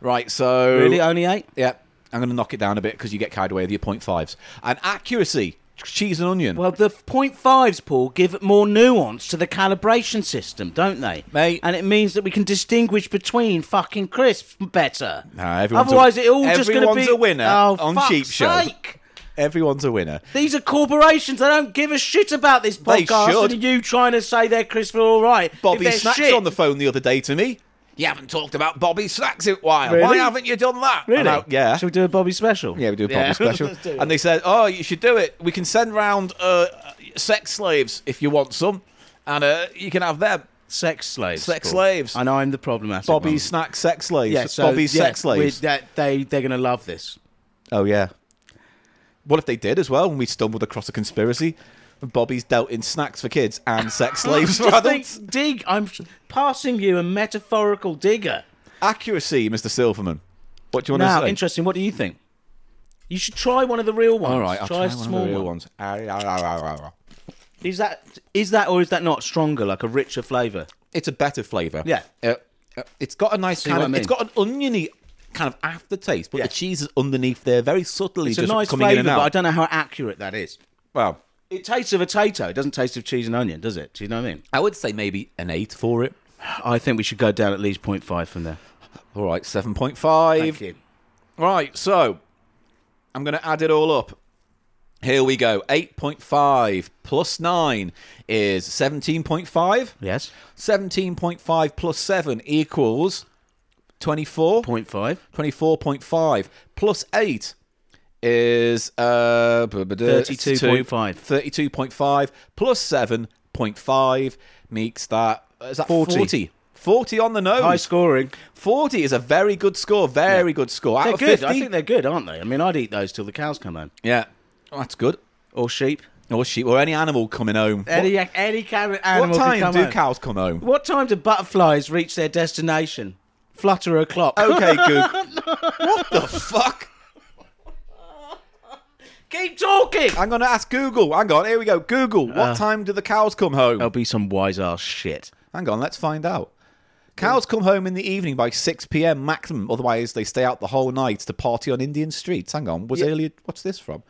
S2: Right, so
S1: Really, only eight?
S2: Yeah, I'm going to knock it down a bit because you get carried away with your point fives and accuracy. Cheese and onion,
S1: Well, the point fives, Paul, give more nuance to the calibration system, don't they,
S2: Mate.
S1: And it means that we can distingush between fucking crisps better.
S2: Nah, everyone's a-
S1: Otherwise, it all just going to be
S2: everyone's a winner
S1: oh,
S2: on
S1: fuck's
S2: Cheap Show.
S1: sake.
S2: everyone's a winner.
S1: These are corporations. They don't give a shit about this
S2: They
S1: podcast.
S2: should.
S1: And you trying to say they're crisp are all right? if
S2: Bobby
S1: they're
S2: Snacks
S1: shit-
S2: on the phone the other day to me. You haven't talked about Bobby Snacks in a while.
S1: Really?
S2: Why haven't you done that?
S1: really?
S2: And I- yeah.
S1: Should we do a Bobby special?
S2: Yeah, we do a Bobby
S1: Yeah.
S2: special.
S1: Let's do it.
S2: and they said, oh, you should do it. We can send round uh, sex slaves if you want some, and uh, you can have them.
S1: Sex slaves.
S2: Sex
S1: Paul.
S2: slaves.
S1: And I'm the problematic.
S2: Bobby
S1: one.
S2: Snacks sex slaves.
S1: Yeah, so,
S2: Bobby
S1: yeah,
S2: sex slaves.
S1: we- that- they they're gonna love this.
S2: Oh yeah. What if they did as well? And we stumbled across a conspiracy. Bobby's dealt in snacks for kids and sex slaves for
S1: Just think,
S2: adults.
S1: dig. I'm passing you a metaphorical digger.
S2: Accuracy, Mr. Silverman. What do you want
S1: Now,
S2: to say?
S1: interesting. What do you think? You should try one of the real ones.
S2: All right, I'll try,
S1: a
S2: one
S1: small
S2: of the real
S1: one.
S2: ones. Ah, ah, ah, ah, ah, ah.
S1: Is that is that or is that not stronger, like a richer flavour?
S2: It's a better flavour.
S1: Yeah.
S2: Uh, uh, it's got a nice kind
S1: what
S2: of.
S1: I mean?
S2: It's got an oniony kind of aftertaste, but
S1: Yeah.
S2: the cheese is underneath there, very subtly
S1: It's a
S2: just
S1: nice
S2: coming in
S1: flavour,
S2: and out.
S1: but I don't know how accurate that is.
S2: well,
S1: It tastes of a tato. It doesn't taste of cheese and onion, does it? Do you know what I mean?
S2: I would say maybe an eight for it.
S1: I think we should go down at least 0.5 from there.
S2: All right, seven point five.
S1: Thank you.
S2: Right, so I'm going to add it all up. Here we go. 8.5 plus 9 is 17.5.
S1: Yes.
S2: 17.5 plus 7 equals 24.
S1: 0.5.
S2: 24.5 plus 8 is uh,
S1: 32.5.
S2: 32.5 plus 7.5 makes that, is that
S1: 40.
S2: 40? 40 on the nose.
S1: High scoring.
S2: 40 is a very good score, very good score. Out
S1: They're
S2: of
S1: good.
S2: 50,
S1: I think they're good, aren't they? I mean, I'd eat those till the cows come home.
S2: yeah, Oh, that's good.
S1: Or sheep.
S2: Or sheep, or any animal coming home.
S1: Any any kind of
S2: what,
S1: animal.
S2: what
S1: could
S2: time
S1: come
S2: do
S1: home.
S2: cows come home?
S1: What time do butterflies reach their destination? Flutter o'clock.
S2: Okay, good. what the fuck?
S1: Keep talking.
S2: I'm going to ask Google. Hang on, here we go. Google, what time do the cows come home?
S1: That'll be some wise ass shit.
S2: Hang on, let's find out. Cows come home in the evening by 6 p.m. maximum. Otherwise, they stay out the whole night to party on Indian streets. Hang on, was earlier? What's this from?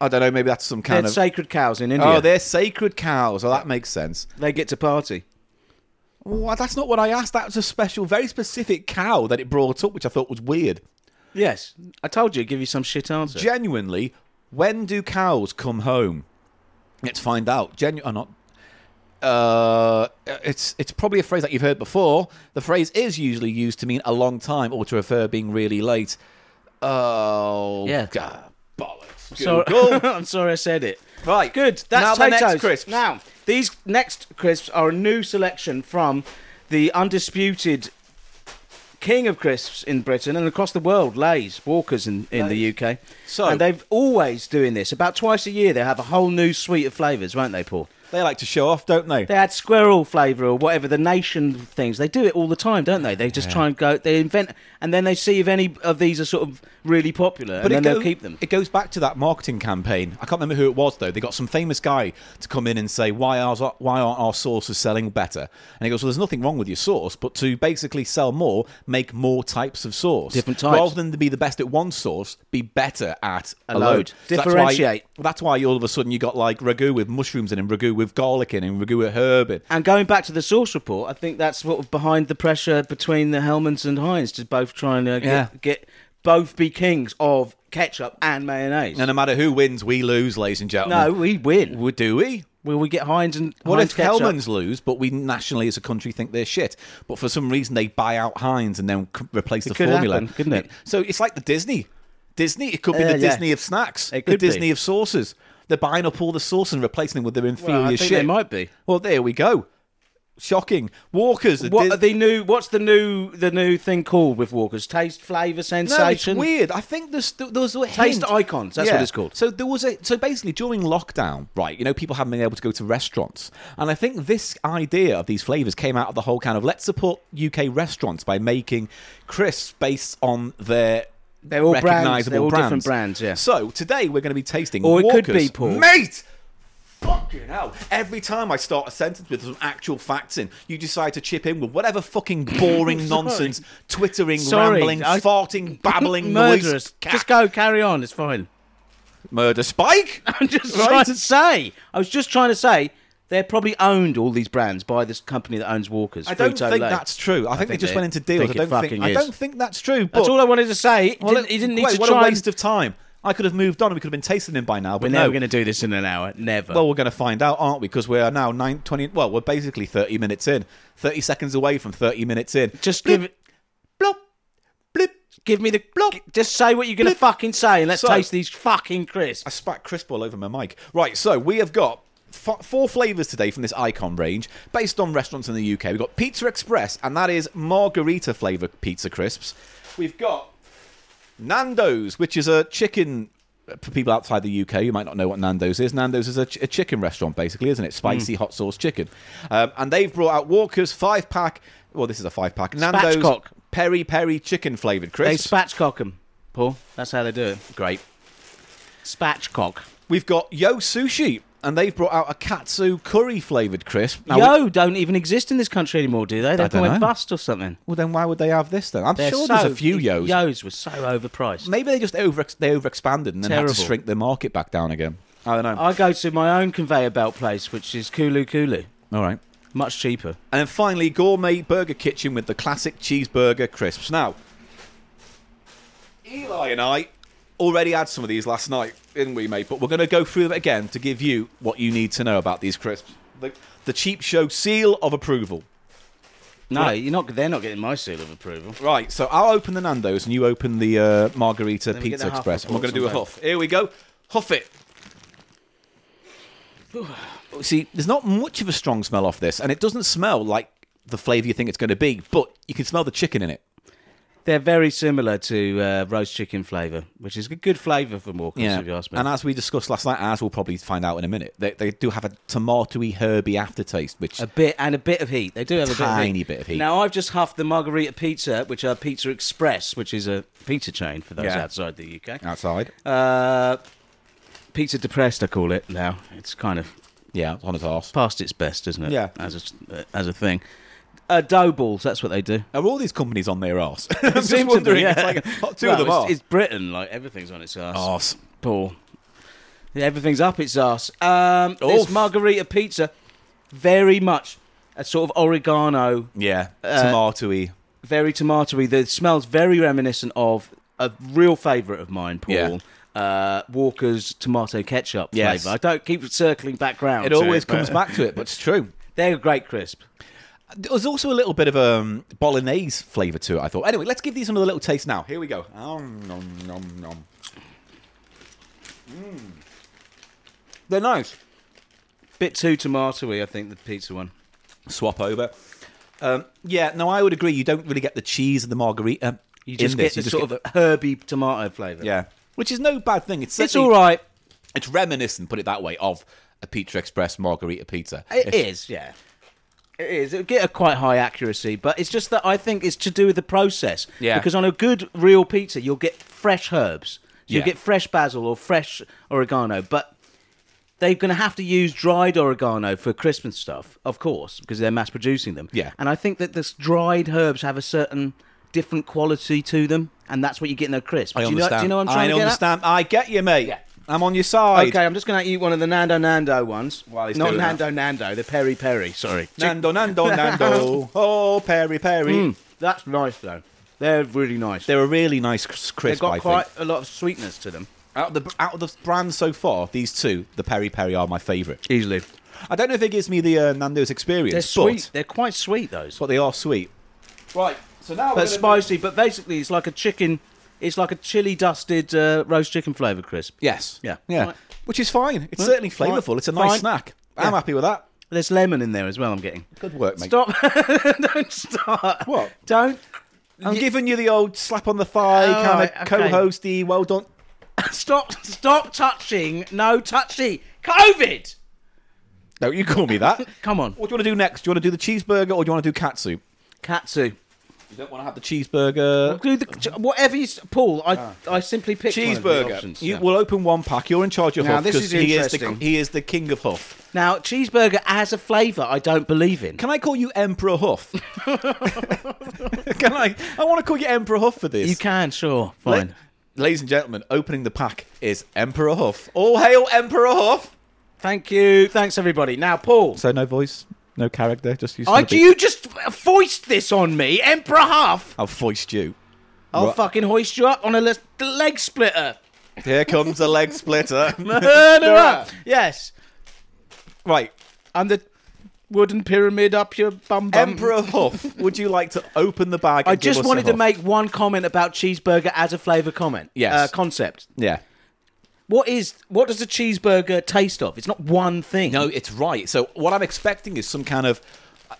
S2: I don't know. Maybe that's some
S1: They're
S2: kind of.
S1: sacred cows in India.
S2: oh, they're sacred cows. Oh, that makes sense.
S1: they get to party.
S2: Well, that's not what I asked. That was a special, very specific cow that it brought up, which I thought was weird.
S1: Yes, I told you, I'd give you some shit answer.
S2: Genuinely, when do cows come home? Let's find out. Genu- or not. Uh, it's it's probably a phrase that you've heard before. The phrase is usually used to mean a long time or to refer being really late. Oh,
S1: Yeah.
S2: God, bollocks.
S1: So-
S2: Google.
S1: I'm sorry I said it.
S2: right,
S1: Good. That's
S2: now the
S1: potatoes.
S2: next crisps.
S1: Now these next crisps are a new selection from the undisputed king of crisps in Britain and across the world, Lay's, Walkers in, in the UK.
S2: So-
S1: and they've always doing this. About twice a year, they have a whole new suite of flavours, won't they, Paul?
S2: They like to show off, don't they?
S1: They add squirrel flavour or whatever the nation things. They do it all the time, don't they? They just try and go. They invent and then they see if any of these are sort of really popular, and
S2: it
S1: then they'll
S2: go-
S1: keep them.
S2: It goes back to that marketing campaign. I can't remember who it was though. They got some famous guy to come in and say, "Why are why aren't our sauces selling better?" And he goes, "Well, there's nothing wrong with your sauce, but to basically sell more, make more types of sauce,
S1: Different types.
S2: rather than to be the best at one sauce, be better at a,
S1: load.
S2: that's why-
S1: Differentiate.
S2: That's why, all of a sudden you got like ragu with mushrooms in, and ragu with garlic in, and ragu with herb in.
S1: And going back to the source report, I think that's what was behind the pressure between the Hellmans and Heinz to both try and uh, get,
S2: Yeah.
S1: get both be kings of ketchup and mayonnaise.
S2: And no matter who wins, we lose, ladies and
S1: no,
S2: gentlemen.
S1: we win.
S2: we do we?
S1: Will we get Heinz and
S2: What
S1: Heinz
S2: if
S1: ketchup?
S2: Hellman's lose, but we nationally as a country think they're shit? But for some reason they buy out Heinz and then c- replace the
S1: could
S2: formula,
S1: happen, couldn't it?
S2: So it's like the Disney. Disney, it could be
S1: Yeah,
S2: the
S1: yeah.
S2: Disney of snacks,
S1: It
S2: the
S1: could be.
S2: Disney of sauces. They're buying up all the sauce and replacing them with their inferior
S1: Well, I think
S2: shit.
S1: they might be.
S2: Well, there we go. Shocking. Walkers.
S1: What
S2: Dis-
S1: are the new? What's the new? The new thing called with Walkers? Taste, flavour,
S2: No, it's
S1: sensation.
S2: weird. I think there's there was a
S1: Taste
S2: hint.
S1: icons, that's what it's called.
S2: So there was a so basically during lockdown, right? You know, people haven't been able to go to restaurants, and I think this idea of these flavors came out of the whole kind of let's support UK restaurants by making crisps based on their
S1: They're all brands, they're
S2: recognizable
S1: all different brands, yeah.
S2: So today we're going to be tasting.
S1: Or it could be,
S2: Walkers.
S1: Paul.
S2: mate. Fucking hell. Every time I start a sentence with some actual facts in, you decide to chip in with whatever fucking boring nonsense, twittering,
S1: Sorry,
S2: rambling,
S1: I-
S2: farting, babbling,
S1: murderous.
S2: noise.
S1: Just go, carry on. It's fine.
S2: Murder Spike?
S1: I'm just
S2: Right.
S1: trying to say. I was just trying to say they're probably owned all these brands by this company that owns Walkers.
S2: I don't
S1: Frito-Lay.
S2: think that's true. I, think,
S1: think
S2: they just
S1: they-
S2: went into deals.
S1: think
S2: I
S1: it
S2: don't think.
S1: fucking
S2: I
S1: is.
S2: don't think that's true. But
S1: That's all I wanted to say. He
S2: Well,
S1: didn't,
S2: it-
S1: he didn't need
S2: wait,
S1: to
S2: what
S1: try.
S2: a
S1: and-
S2: waste of time. I could have moved on. We could have been tasting them by now. But
S1: We're
S2: no.
S1: never going to do this in an hour. Never.
S2: well, we're going to find out, aren't we? Because we are now nine twenty. Well, we're basically thirty minutes in. Thirty seconds away from thirty minutes in.
S1: just
S2: Blip,
S1: give it.
S2: blop, blip.
S1: Give me the g- Just say what you're going to fucking say, and let's
S2: So-
S1: taste these fucking
S2: I
S1: crisps.
S2: spat crisp all over my mic. Right, so we have got f- four flavors today from this icon range based on restaurants in the UK. We've got Pizza Express, and that is margarita flavor pizza crisps. We've got Nando's, which is a chicken. For people outside the UK, you might not know what Nando's is. Nando's is a, ch- a chicken restaurant, basically,
S1: Mm.
S2: isn't it? Spicy hot sauce chicken. Um, and they've brought out Walker's five pack. Well, this is a five pack. Nando's
S1: Spatchcock.
S2: peri peri chicken flavored
S1: They
S2: crisps.
S1: spatchcock them, Paul. That's how they do it.
S2: Great.
S1: Spatchcock.
S2: We've got Yo Sushi, and they've brought out a katsu curry flavored crisp. Now, we-
S1: Yo, don't even exist in this country anymore, do they? They
S2: don't
S1: went
S2: know.
S1: bust or something.
S2: well, then why would they have this then? I'm
S1: They're
S2: sure
S1: so,
S2: there's a few Yos.
S1: Yos were so overpriced.
S2: Maybe they just over they overexpanded and then had
S1: Terrible.
S2: to shrink their market back down again. I don't know.
S1: I go to my own conveyor belt place, which is Kulu Kulu.
S2: All right.
S1: Much cheaper.
S2: And then finally, Gourmet Burger Kitchen with the classic cheeseburger crisps. Now, Eli and I already had some of these last night, didn't we, mate? But we're going to go through them again to give you what you need to know about these crisps. The, the cheap show seal of approval.
S1: No, you're not. They're not getting my seal of approval.
S2: Right, so I'll open the Nando's and you open the uh, Margarita
S1: we get
S2: Pizza
S1: the huff
S2: Express. And we're going to do a
S1: reports
S2: huff. Here we go. Huff it. See, there's not much of a strong smell off this, and it doesn't smell like the flavour you think it's going to be, but you can smell the chicken in it.
S1: They're very similar to uh, roast chicken flavour, which is a good flavour for Morcans, if you ask me.
S2: And as we discussed last night, as we'll probably find out in a minute, they, they do have a tomatoey, herby aftertaste, which
S1: a bit and a bit of heat. They do have a
S2: Tiny bit of heat.
S1: Now I've just huffed the margarita pizza, which are Pizza Express, which is a pizza chain for those
S2: Yeah.
S1: outside the UK.
S2: outside.
S1: Uh, pizza depressed, I call it now. It's kind of
S2: yeah, it's on its arse.
S1: past its best, isn't it?
S2: Yeah.
S1: As a, as a thing. Uh, dough balls, that's what they do.
S2: Are all these companies on their arse? I'm just
S1: Seems to be,
S2: wondering.
S1: yeah.
S2: It's like not two
S1: Well,
S2: of them
S1: it's,
S2: are. Oh.
S1: It's Britain, like everything's on its ass.
S2: arse.
S1: Paul. Everything's up its ass. Um,
S2: Oof.
S1: this margarita pizza, very much a sort of oregano,
S2: Yeah,
S1: Uh,
S2: tomatoey.
S1: very tomatoey. The smells very reminiscent of a real favourite of mine, Paul. Uh, Walker's tomato ketchup
S2: Yes.
S1: flavour. I don't keep circling back round.
S2: It
S1: to
S2: always
S1: but
S2: comes back to it, but it's true.
S1: They're a great crisp.
S2: There was also a little bit of um, bolognese flavour to it, I thought. Anyway, let's give these another little taste now. Here we go. Om, nom, nom, nom. Mm. They're nice.
S1: Bit too tomatoey, I think, the pizza one.
S2: Swap over. Um, yeah, no, I would agree. You don't really get the cheese and the margarita.
S1: You just
S2: in
S1: get
S2: this.
S1: the
S2: you just
S1: sort
S2: get
S1: of herby tomato flavour.
S2: the- yeah, which is no bad thing. It's
S1: It's
S2: certainly-
S1: all right.
S2: It's reminiscent, put it that way, of a Pizza Express margarita pizza.
S1: It
S2: It's-
S1: is, yeah. It is. It'll get a quite high accuracy, but it's just that I think it's to do with the process.
S2: Yeah.
S1: Because on a good real pizza, you'll get fresh herbs. So
S2: Yeah.
S1: You'll get fresh basil or fresh oregano, but they're going to have to use dried oregano for crisp and stuff, of course, because they're mass producing them.
S2: Yeah.
S1: And I think that this dried herbs have a certain different quality to them, and that's what you get in a crisp.
S2: I
S1: do, you know,
S2: understand.
S1: do you know what I'm trying
S2: I
S1: to get at?
S2: understand. I get you, mate.
S1: Yeah.
S2: I'm on your side.
S1: Okay, I'm just going to eat one of the Nando Nando ones.
S2: While he's
S1: Not
S2: doing that.
S1: Nando Nando, the Peri Peri, sorry.
S2: Nando, Nando, Nando. Oh, Perry, Perry.
S1: Hmm. That's nice though. They're really nice. they
S2: They're a really nice cris-
S1: have
S2: crisp.
S1: got
S2: I
S1: quite
S2: think.
S1: a lot of sweetness to them.
S2: Out of the out of the brands so far, these two, the Perry Perry, are my favourite.
S1: Easily.
S2: I don't know if it gives me the uh, Nando's experience,
S1: They're
S2: but
S1: sweet. They're quite sweet those.
S2: but they are sweet. Right. So now
S1: But spicy, but basically it's like a chicken it's like a chili dusted uh, roast chicken flavour crisp.
S2: Yes.
S1: Yeah.
S2: Yeah.
S1: Right.
S2: Which is fine. It's
S1: Right.
S2: certainly flavourful. It's a nice
S1: Fine.
S2: snack. I'm happy with that.
S1: There's lemon in there as well, I'm getting.
S2: Good work, mate.
S1: Stop don't start.
S2: What?
S1: Don't
S2: I'm giving you the old slap on the thigh,
S1: Oh,
S2: kind
S1: right,
S2: of
S1: okay.
S2: co-hosty. Well done.
S1: stop stop touching. No touchy. COVID
S2: Don't you call me that.
S1: Come on.
S2: What do you want to do next? Do you want to do the cheeseburger or do you want to do katsu?
S1: Katsu.
S2: You don't want to have the cheeseburger.
S1: Do the whatever you s- Paul, I
S2: Ah.
S1: I simply picked one of the
S2: Cheeseburger.
S1: options.
S2: You
S1: Yeah.
S2: will open one pack. You're in charge of
S1: Now,
S2: Huff
S1: this
S2: 'cause
S1: is
S2: he is the
S1: interesting.
S2: he is the king of Huff.
S1: Now, cheeseburger as a flavour, I don't believe in.
S2: Can I call you Emperor Huff? can I? I want to call you Emperor Huff for this.
S1: You can, sure,
S2: La-
S1: fine.
S2: Ladies and gentlemen, opening the pack is Emperor Huff. All hail Emperor Huff.
S1: Thank you, thanks everybody. Now, Paul,
S2: So no voice, no character, just you.
S1: I, you just foist this on me, Emperor Huff.
S2: I'll foist you.
S1: I'll
S2: Right.
S1: fucking hoist you up on a le- leg splitter.
S2: Here comes a leg splitter.
S1: Murder up. Yes,
S2: right,
S1: I'm the wooden pyramid up your bum bum.
S2: Emperor Huff. Would you like to open the bag?
S1: Um, I
S2: and give
S1: just
S2: us a
S1: wanted to
S2: Huff?
S1: make one comment about cheeseburger as a flavour comment.
S2: Yes.
S1: Uh, concept.
S2: Yeah.
S1: What is what does a cheeseburger taste of? It's not one thing.
S2: No, it's right. So what I'm expecting is some kind of.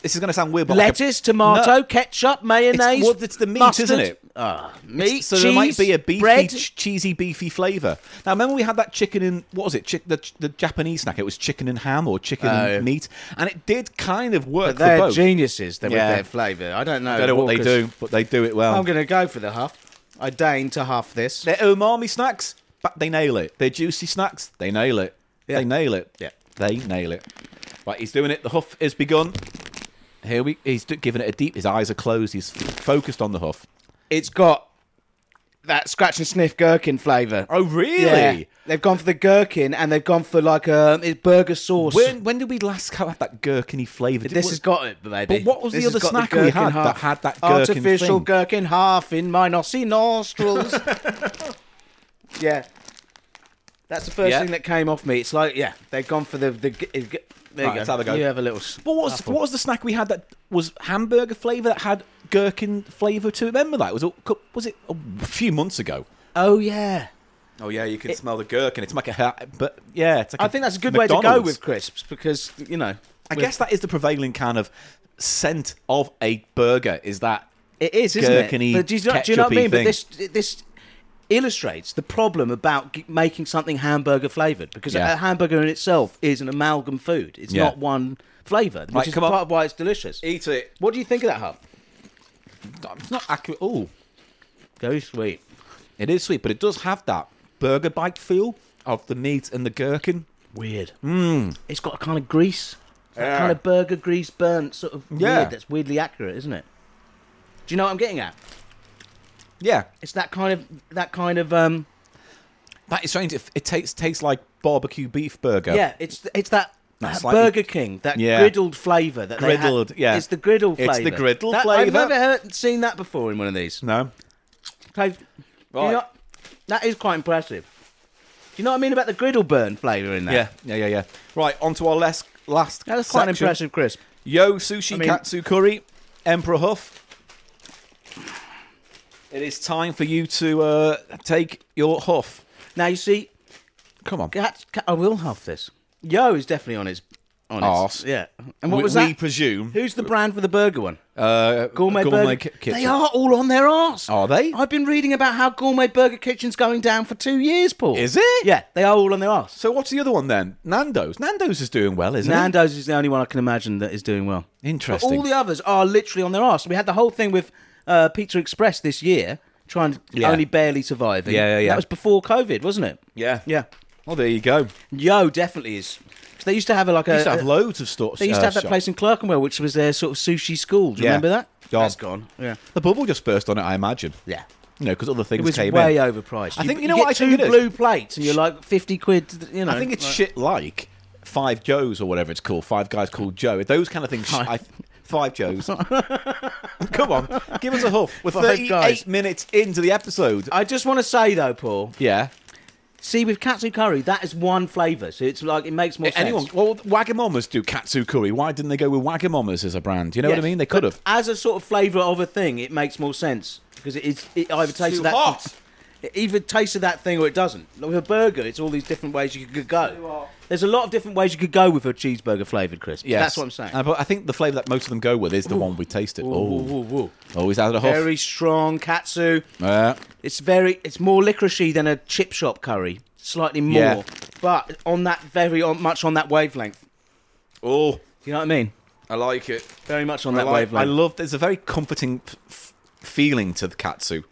S2: This is going to sound weird, but like a-
S1: Lettuce, tomato,
S2: No.
S1: ketchup, mayonnaise.
S2: well, it's the meat,
S1: mustard.
S2: isn't it?
S1: Ah, meat,
S2: So there might
S1: cheese,
S2: be a beefy,
S1: bread.
S2: ch- cheesy, beefy flavour. Now, remember we had that chicken and what was it? Chick- the, the Japanese snack. It was chicken and ham or chicken
S1: Oh.
S2: and meat, and it did kind of work for
S1: They're
S2: both.
S1: geniuses they
S2: Yeah.
S1: with their flavour. I don't know.
S2: I don't know what they
S1: Walker's-
S2: do, but they do it well.
S1: I'm going to go for the huff. I deign to huff this.
S2: They're umami snacks, but they nail it. They're juicy snacks, they nail it.
S1: Yeah.
S2: They nail it.
S1: Yeah.
S2: They nail it. Right, he's doing it. The huff is begun. Here we. He's do- giving it a deep. His eyes are closed. He's f- focused on the huff.
S1: It's got that scratch and sniff gherkin flavour.
S2: Oh, really?
S1: Yeah. They've gone for the gherkin and they've gone for like a it's burger sauce.
S2: When when did we last have that gherkiny flavour? Did-
S1: this
S2: what-
S1: has got it, baby.
S2: But what was
S1: This
S2: the
S1: has
S2: other
S1: got
S2: snack we
S1: gherkin
S2: had
S1: half.
S2: that had that gherkin
S1: Artificial
S2: thing?
S1: gherkin half in my nosy nostrils. yeah. That's the first
S2: Yeah.
S1: thing that came off me. It's like, yeah, they've gone for the, the g- There
S2: Right,
S1: you
S2: let's
S1: go.
S2: have a go.
S1: You have a little. s-
S2: But what was,
S1: Apple.
S2: what was the snack we had that was hamburger flavour that had gherkin flavour to it? Remember that? Was it, was it a few months ago?
S1: Oh yeah.
S2: Oh, yeah, you can smell the gherkin. It's like a. ha- But yeah, it's like
S1: I
S2: a
S1: think that's a good way to go
S2: McDonald's.
S1: with crisps because you know.
S2: I guess that is the prevailing kind of scent of a burger. Is that
S1: It is, isn't
S2: Gherkin-y,
S1: it? But do you, know- do you know what I
S2: ketchup-y
S1: mean? But
S2: thing.
S1: this this illustrates the problem about g- making something hamburger flavored because
S2: Yeah.
S1: a hamburger in itself is an amalgam food. It's
S2: Yeah.
S1: not one flavor, which
S2: Right,
S1: is
S2: come on.
S1: part of why it's delicious.
S2: eat it?
S1: What do you think of that, Hub?
S2: It's not accurate. Oh,
S1: Very sweet.
S2: it is sweet, but it does have that burger bite feel of the meat and the gherkin.
S1: Weird. Mm.
S2: Hmm.
S1: It's got a kind of grease, that kind of burger grease burnt sort of
S2: Yeah.
S1: weird. That's weirdly accurate, isn't it? Do you know what I'm getting at?
S2: Yeah,
S1: It's that kind of that kind of um
S2: that is strange. It, it tastes tastes like barbecue beef burger.
S1: Yeah, it's it's that
S2: That
S1: that
S2: slightly-
S1: Burger King, that
S2: Yeah.
S1: griddled flavour that they had.
S2: Griddled, yeah.
S1: It's the griddle flavour.
S2: It's the griddle
S1: That- I've
S2: flavour.
S1: never heard, seen that before in one of these.
S2: No.
S1: Like, do you
S2: Right.
S1: know- that is quite impressive. Do you know what I mean about the griddle burn flavour in that?
S2: Yeah. Yeah. Yeah. Yeah. Right. On to our last last.
S1: That was quite an
S2: section.
S1: impressive crisp.
S2: Yo sushi
S1: I mean-
S2: katsu curry, Emperor Huff. It is time for you to uh, take your huff.
S1: Now you see,
S2: Come on.
S1: cat, cat, I will have this. Yo is definitely on his on
S2: Arse.
S1: his yeah. And what
S2: we,
S1: was
S2: We
S1: that?
S2: presume
S1: Who's the brand for the burger one?
S2: uh,
S1: Gourmet, Burger.
S2: Ki- Kitchen. Oh,
S1: They are all on their arse.
S2: Are they?
S1: I've been reading about how Gourmet Burger Kitchen's going down for two years, Paul.
S2: Is it?
S1: Yeah, they are all on their arse.
S2: So what's the other one then? Nando's. Nando's is doing well, isn't
S1: Nando's is the only one I can imagine that is doing well.
S2: it?
S1: But
S2: Interesting.
S1: all the others are literally on their arse. We had the whole thing with uh, Pizza Express this year, trying to
S2: Yeah.
S1: only barely surviving.
S2: Yeah, yeah, yeah.
S1: That was before COVID, wasn't it?
S2: yeah.
S1: Yeah.
S2: Well, there you go.
S1: Yo, definitely is. 'Cause they used to have a, like a.
S2: They used to have
S1: a-
S2: loads of stuff.
S1: Uh, they used to
S2: uh,
S1: have that
S2: shops.
S1: place in Clerkenwell, which was their sort of sushi school. Do you
S2: Yeah.
S1: remember that?
S2: Gone.
S1: That's gone. Yeah.
S2: The bubble just burst on it, I imagine.
S1: Yeah.
S2: You know, because other things
S1: It was
S2: came
S1: way
S2: in.
S1: overpriced.
S2: I think- you know
S1: get
S2: what I
S1: two
S2: think it is?
S1: blue plates, and you're like fifty quid. to the- You know,
S2: I think it's
S1: like-
S2: shit like Five Joes or whatever it's called. Five guys called Joe. Those kind of things.
S1: Five-
S2: I, five Joes. Come on, give us a huff. We're
S1: Five
S2: 38
S1: guys.
S2: minutes into the episode.
S1: I just want to say though, Paul.
S2: yeah.
S1: See, with katsu curry, that is one flavour, so it's like it makes more sense.
S2: Anyone? Well, Wagamamas do katsu curry. Why didn't they go with Wagamamas as a brand? You know what
S1: Yes,
S2: I mean? They
S1: but
S2: could have.
S1: As a sort of flavour of a thing, it makes more sense because it is it either tastes
S2: too
S1: of that
S2: hot.
S1: it either tastes of that thing or it doesn't. Like with a burger, it's all these different ways you could go. There's a lot of different ways you could go with a cheeseburger flavoured crisp.
S2: Yes.
S1: That's what I'm saying.
S2: Uh, but I think the flavour that most of them go with is the one we tasted.
S1: Ooh,
S2: Oh,
S1: ooh, ooh, ooh.
S2: always out of huff.
S1: Very strong katsu.
S2: Uh,
S1: It's very it's more licoricey than a chip shop curry. Slightly more,
S2: Yeah.
S1: but on that very on, much on that wavelength.
S2: oh,
S1: You know what I mean?
S2: I like it.
S1: Very much on
S2: I,
S1: that
S2: like, I
S1: wavelength.
S2: love. There's a very comforting f- f- feeling to the katsu.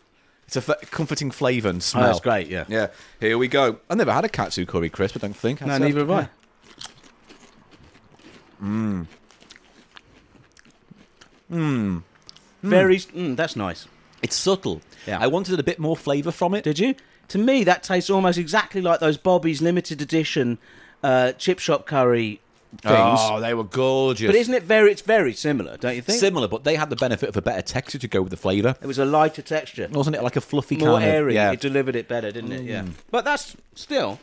S2: It's a f- comforting flavour and
S1: Oh,
S2: smell.
S1: that's great. Yeah.
S2: Yeah, here we go. I never had a katsu curry crisp. I don't think.
S1: No, neither have I.
S2: Mm.
S1: Mmm. Mmm. Very. Mm, that's nice.
S2: It's subtle.
S1: Yeah.
S2: I wanted a bit more flavour from it.
S1: Did you? To me, that tastes almost exactly like those Bobby's limited edition uh, chip shop curry things.
S2: Oh, they were gorgeous.
S1: But isn't it very? It's very similar, don't you think?
S2: similar? But they had the benefit of a better texture to go with the flavour.
S1: it was a lighter texture,
S2: Wasn't it like a fluffy
S1: more
S2: kind
S1: airy.
S2: of yeah? Mm.
S1: It delivered it better, didn't it? Yeah. But that's still.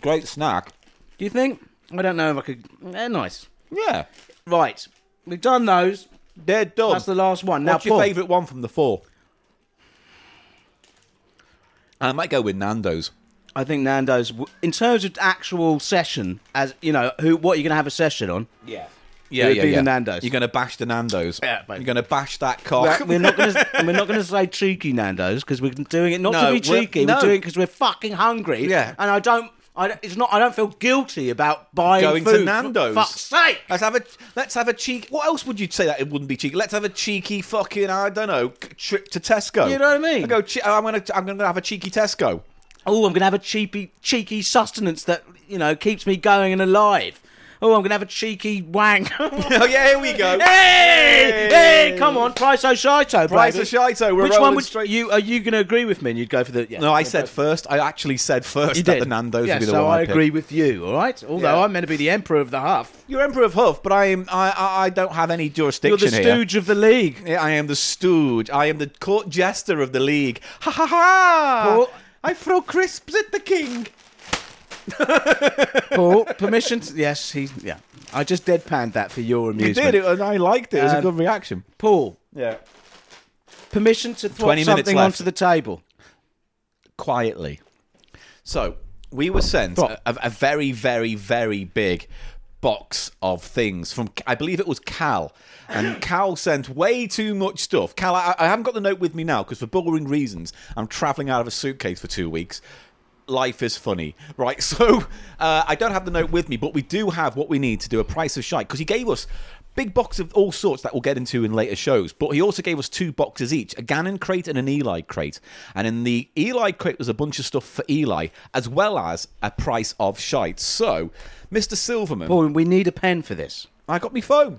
S2: Great snack.
S1: Do you think? I don't know if I could. They're nice.
S2: Yeah,
S1: Right, we've done those.
S2: they're done.
S1: That's the last one. Now,
S2: What's your
S1: Paul,
S2: favourite one from the four? I might go with Nando's.
S1: I think Nando's, w- in terms of actual session, as you know, who what you're going to have a session on.
S2: Yeah. Yeah,
S1: It would
S2: yeah,
S1: be the
S2: yeah.
S1: Nando's.
S2: You're gonna bash the Nando's.
S1: Yeah, mate.
S2: You're gonna bash that cock.
S1: We're not going to we're not going to say cheeky Nando's because we're doing it not
S2: No,
S1: to be
S2: we're-
S1: cheeky. We're,
S2: no.
S1: doing it because we're fucking hungry.
S2: Yeah.
S1: and I don't. I don't- it's not. I don't feel guilty about buying
S2: Going to
S1: food.
S2: Nando's.
S1: For fuck's sake!
S2: Let's have a let's have a cheek. What else would you say that it wouldn't be cheeky? Let's have a cheeky fucking I don't know c- trip to Tesco.
S1: You know what I mean?
S2: I go. Che- I'm gonna I'm gonna have a cheeky Tesco.
S1: Oh, I'm going to have a cheeky cheeky sustenance that you know keeps me going and alive. Oh, I'm going to have a cheeky wank.
S2: oh yeah, here we go.
S1: Hey! Hey! Come on, price o shito,
S2: Price
S1: baby.
S2: of Shito. We're
S1: Which
S2: rolling
S1: one would
S2: straight.
S1: you? Are you going to agree with me? And you'd go for the? Yeah.
S2: No, I said first. I actually said first
S1: you
S2: that
S1: did.
S2: the Nando's
S1: yeah,
S2: would be the
S1: so
S2: one.
S1: I
S2: picked.
S1: agree with you. All right. Although
S2: Yeah.
S1: I'm meant to be the emperor of the huff.
S2: You're emperor of Huff, but I am. I I, I don't have any
S1: You're
S2: jurisdiction
S1: the
S2: here.
S1: stooge of the league.
S2: Yeah, I am the stooge. I am the court jester of the league. Ha ha ha!
S1: Paul-
S2: I throw crisps at the king.
S1: Paul, permission? To, yes, he's yeah. I just deadpanned that for your
S2: You
S1: amusement.
S2: did it, and I liked it. It was a
S1: Um,
S2: good reaction.
S1: Paul,
S2: Yeah.
S1: permission to throw
S2: 20 minutes
S1: something
S2: left.
S1: onto the table.
S2: quietly. So we were sent a,
S1: What?
S2: a very, very, very big box of things from I believe it was Cal, and Cal sent way too much stuff. Cal, I, I haven't got the note with me now because for boring reasons I'm traveling out of a suitcase for two weeks. Life is funny, right? So uh, I don't have the note with me, but we do have what we need to do a price of shite because he gave us big box of all sorts that we'll get into in later shows. But he also gave us two boxes each a Gannon crate and an Eli crate. And in the Eli crate was a bunch of stuff for Eli, as well as a price of shite. So, Mr. Silverman,
S1: Paul, we need a pen for this.
S2: I got me phone.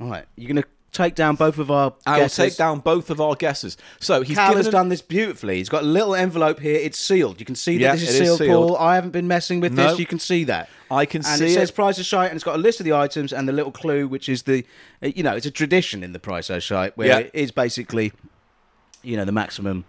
S1: All right, you're gonna take down both of our.
S2: I will
S1: guesses.
S2: take down both of our guesses. So he's
S1: Cal
S2: given
S1: has
S2: an-
S1: done this beautifully. He's got a little envelope here. It's sealed. You can see that
S2: Yeah,
S1: this
S2: it
S1: is
S2: is
S1: sealed,
S2: sealed.
S1: Paul. I haven't been messing with
S2: No.
S1: this. You can see that.
S2: I can
S1: and
S2: see
S1: it says
S2: it.
S1: price of shite, and it's got a list of the items and the little clue, which is the, uh, you know, it's a tradition in the price of shite where
S2: Yeah.
S1: it is basically, you know, the maximum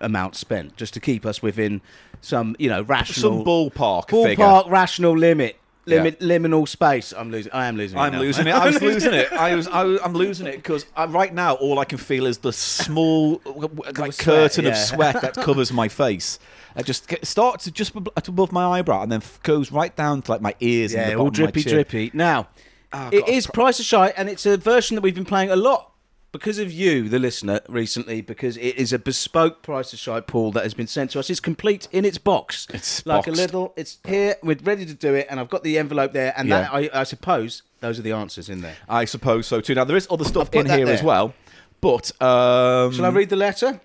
S1: amount spent just to keep us within some, you know, rational
S2: some ballpark, figure.
S1: ballpark rational limit, limit liminal space. I'm losing. I am losing.
S2: I'm
S1: now.
S2: losing it. I was losing it. I was. I was I'm losing it because right now all I can feel is the small uh, w- w- like
S1: sweat,
S2: curtain of
S1: yeah.
S2: sweat that covers my face. It just it starts just ab- at above my eyebrow and then f- goes right down to like my ears. and
S1: Yeah,
S2: the
S1: all
S2: bottom of
S1: drippy,
S2: my chin.
S1: drippy. Now, it is Price of Shite, and it's a version that we've been playing a lot because of you, the listener, recently, because it is a bespoke Price of Shite pool that has been sent to us. It's complete in its box.
S2: It's
S1: like a
S2: boxed.
S1: little. It's here. We're ready to do it, and I've got the envelope there, and
S2: Yeah.
S1: that, I, I suppose those are the answers in there.
S2: I suppose so too. Now there is other stuff
S1: put
S2: in
S1: that
S2: here as
S1: there.
S2: well, but um,
S1: Shall I read the letter?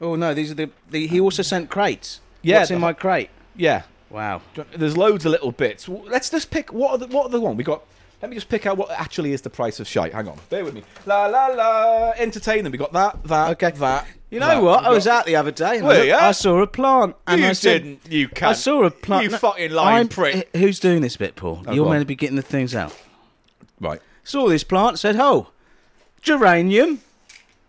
S1: Oh no, these are the. the he also sent crates.
S2: Yeah,
S1: What's in
S2: the-
S1: my crate?
S2: yeah,
S1: Wow.
S2: there's loads of little bits. W- Let's just pick what are the, what are the one we got. Let me just pick out what actually is the price of shite. Hang on, bear with me. La la la. Entertain them. We got that, that,
S1: Okay.
S2: that.
S1: You know
S2: that.
S1: what?
S2: We
S1: I was
S2: got-
S1: out the other day and
S2: Were
S1: I, looked-
S2: ya?
S1: I saw a plant. And
S2: you
S1: I said,
S2: didn't. You can't.
S1: I saw a plant.
S2: You
S1: No,
S2: fucking lying
S1: I'm-
S2: prick.
S1: eh, Who's doing this bit, Paul? You're
S2: Oh, go on.
S1: meant to be getting the things out.
S2: Right.
S1: Saw this plant, said, "Oh, geranium."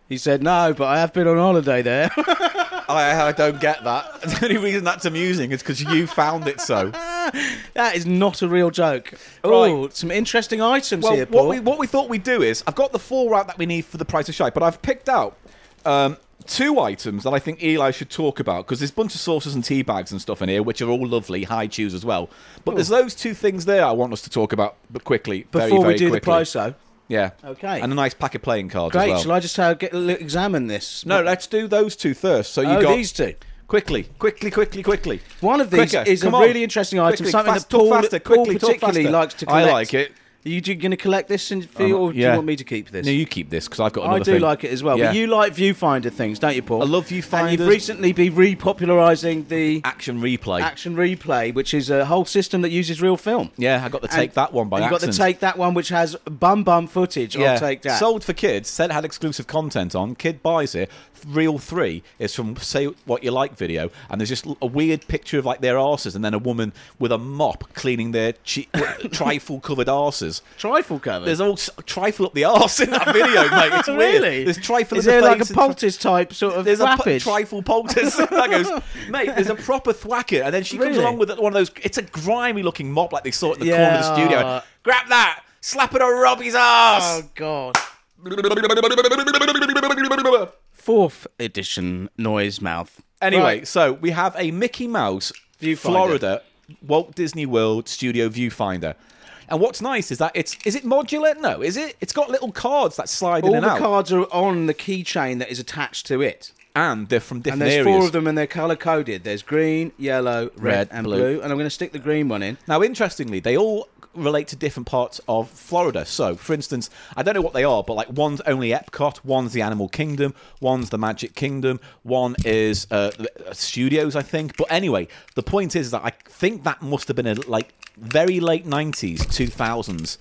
S1: He said, "No, but I have been on holiday there."
S2: I, I don't get that. The only reason that's amusing is because you found it so.
S1: that is not a real joke. Oh, some interesting items
S2: Well,
S1: here, Paul.
S2: what we what we thought we'd do is I've got the four out that we need for the price of shite, but I've picked out um, two items that I think Eli should talk about because there's a bunch of sauces and tea bags and stuff in here, which are all lovely, high chews as well. But there's those two things there I want us to talk about, but quickly, very,
S1: Before
S2: very
S1: we do the
S2: quickly.
S1: price, though,
S2: Yeah.
S1: Okay.
S2: And a nice pack of playing cards
S1: great.
S2: as well.
S1: Shall I just uh, get, l- examine this?
S2: No, let's do those two first. So you
S1: Oh,
S2: got
S1: these two.
S2: Quickly, quickly, quickly, quickly.
S1: One of these
S2: Quicker,
S1: is a
S2: come on.
S1: really interesting item,
S2: Quickly,
S1: something
S2: fast-
S1: that
S2: talk
S1: Paul,
S2: faster,
S1: Paul
S2: quickly, talk
S1: particularly
S2: faster.
S1: likes to
S2: I
S1: collect.
S2: like it.
S1: Are you going to collect this and for
S2: Um,
S1: you, or do
S2: yeah.
S1: you want me to keep this?
S2: No, you keep this because I've got another
S1: I do
S2: thing.
S1: like it as well.
S2: Yeah.
S1: But you like viewfinder things, don't you, Paul?
S2: I love viewfinders.
S1: And you've recently been repopularising the
S2: action replay.
S1: action replay, which is a whole system that uses real film.
S2: Yeah, I got to
S1: And
S2: take that one by
S1: you
S2: accident.
S1: got to take that one, which has bum bum footage.
S2: yeah.
S1: I'll take that.
S2: Sold for kids. Said it had exclusive content on. Kid buys it. Reel three is from "Say What You Like" video, and there's just a weird picture of like their arses, and then a woman with a mop cleaning their che- trifle covered arses.
S1: trifle cover.
S2: There's all s- trifle up the arse in that video, mate. It's weird.
S1: Really?
S2: There's trifle.
S1: Is
S2: in
S1: there
S2: the
S1: like a
S2: face and tri-
S1: poultice type sort of
S2: There's a
S1: wrappage?
S2: p- trifle poultice that goes, mate. There's a proper thwacker, and then she comes
S1: Really?
S2: along with one of those. It's a grimy looking mop like they saw at the corner of
S1: Yeah.
S2: the studio. and, Grab that, slap it on Robbie's ass.
S1: Oh God! Fourth edition noise mouth.
S2: Anyway,
S1: Right.
S2: so we have a Mickey Mouse
S1: Viewfinder.
S2: Florida Walt Disney World Studio viewfinder. And what's nice is that it's is it modular? No, is it? It's got little cards that slide
S1: all
S2: in and
S1: the
S2: out,
S1: cards are on the keychain that is attached to it.
S2: and they're from different
S1: And there's
S2: areas.
S1: four of them, and they're color coded. There's green, yellow, red,
S2: Red,
S1: and
S2: blue.
S1: blue. And I'm going to stick the green one in.
S2: Now, interestingly, they all relate to different parts of Florida. So, for instance, I don't know what they are, but like one's only Epcot, one's the Animal Kingdom, one's the Magic Kingdom, one is uh, uh, Studios, I think. But anyway, the point is that I think that must have been a like very late '90s, 2000s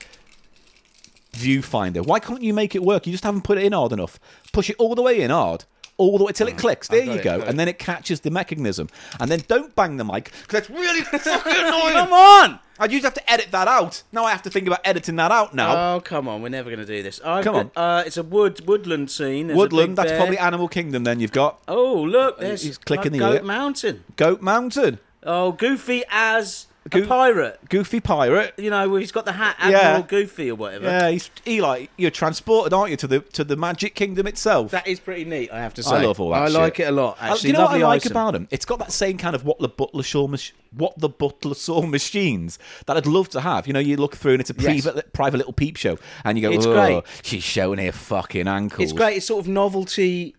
S2: viewfinder. Why can't you make it work? You just haven't put it in hard enough. Push it all the way in hard. All the way till it clicks. There
S1: Mm, got
S2: you
S1: it,
S2: go,
S1: got it.
S2: and then it catches the mechanism. And then don't bang the mic because that's really fucking annoying.
S1: Come on!
S2: I'd just have to edit that out. Now I have to think about editing that out now.
S1: Oh, come on. We're never going to do this. I've got-
S2: Come
S1: Uh, it's a wood woodland scene. There's a big
S2: Woodland, that's
S1: bear.
S2: probably Animal Kingdom then you've got.
S1: Oh, look. There's
S2: He's clicking
S1: like
S2: the
S1: Goat
S2: ear.
S1: Mountain.
S2: Goat Mountain.
S1: Oh, Goofy as a pirate.
S2: Goofy pirate.
S1: You know, where he's got the hat
S2: Yeah.
S1: Admiral Goofy or whatever.
S2: Yeah, he's Eli. You're transported, aren't you, to the to the Magic Kingdom itself?
S1: That is pretty neat, I have to say.
S2: I love all that
S1: I
S2: shit.
S1: like it a lot,
S2: Uh, do
S1: actually.
S2: you know what I
S1: Lovely
S2: like
S1: item.
S2: about them? It's got that same kind of what the butler saw, mach- what the butler saw machines that I'd love to have. You know, you look through and it's a
S1: Yes.
S2: private, private little peep show, and you go,
S1: It's
S2: "Oh,
S1: great.
S2: She's showing her fucking ankles.
S1: It's great. It's sort of novelty,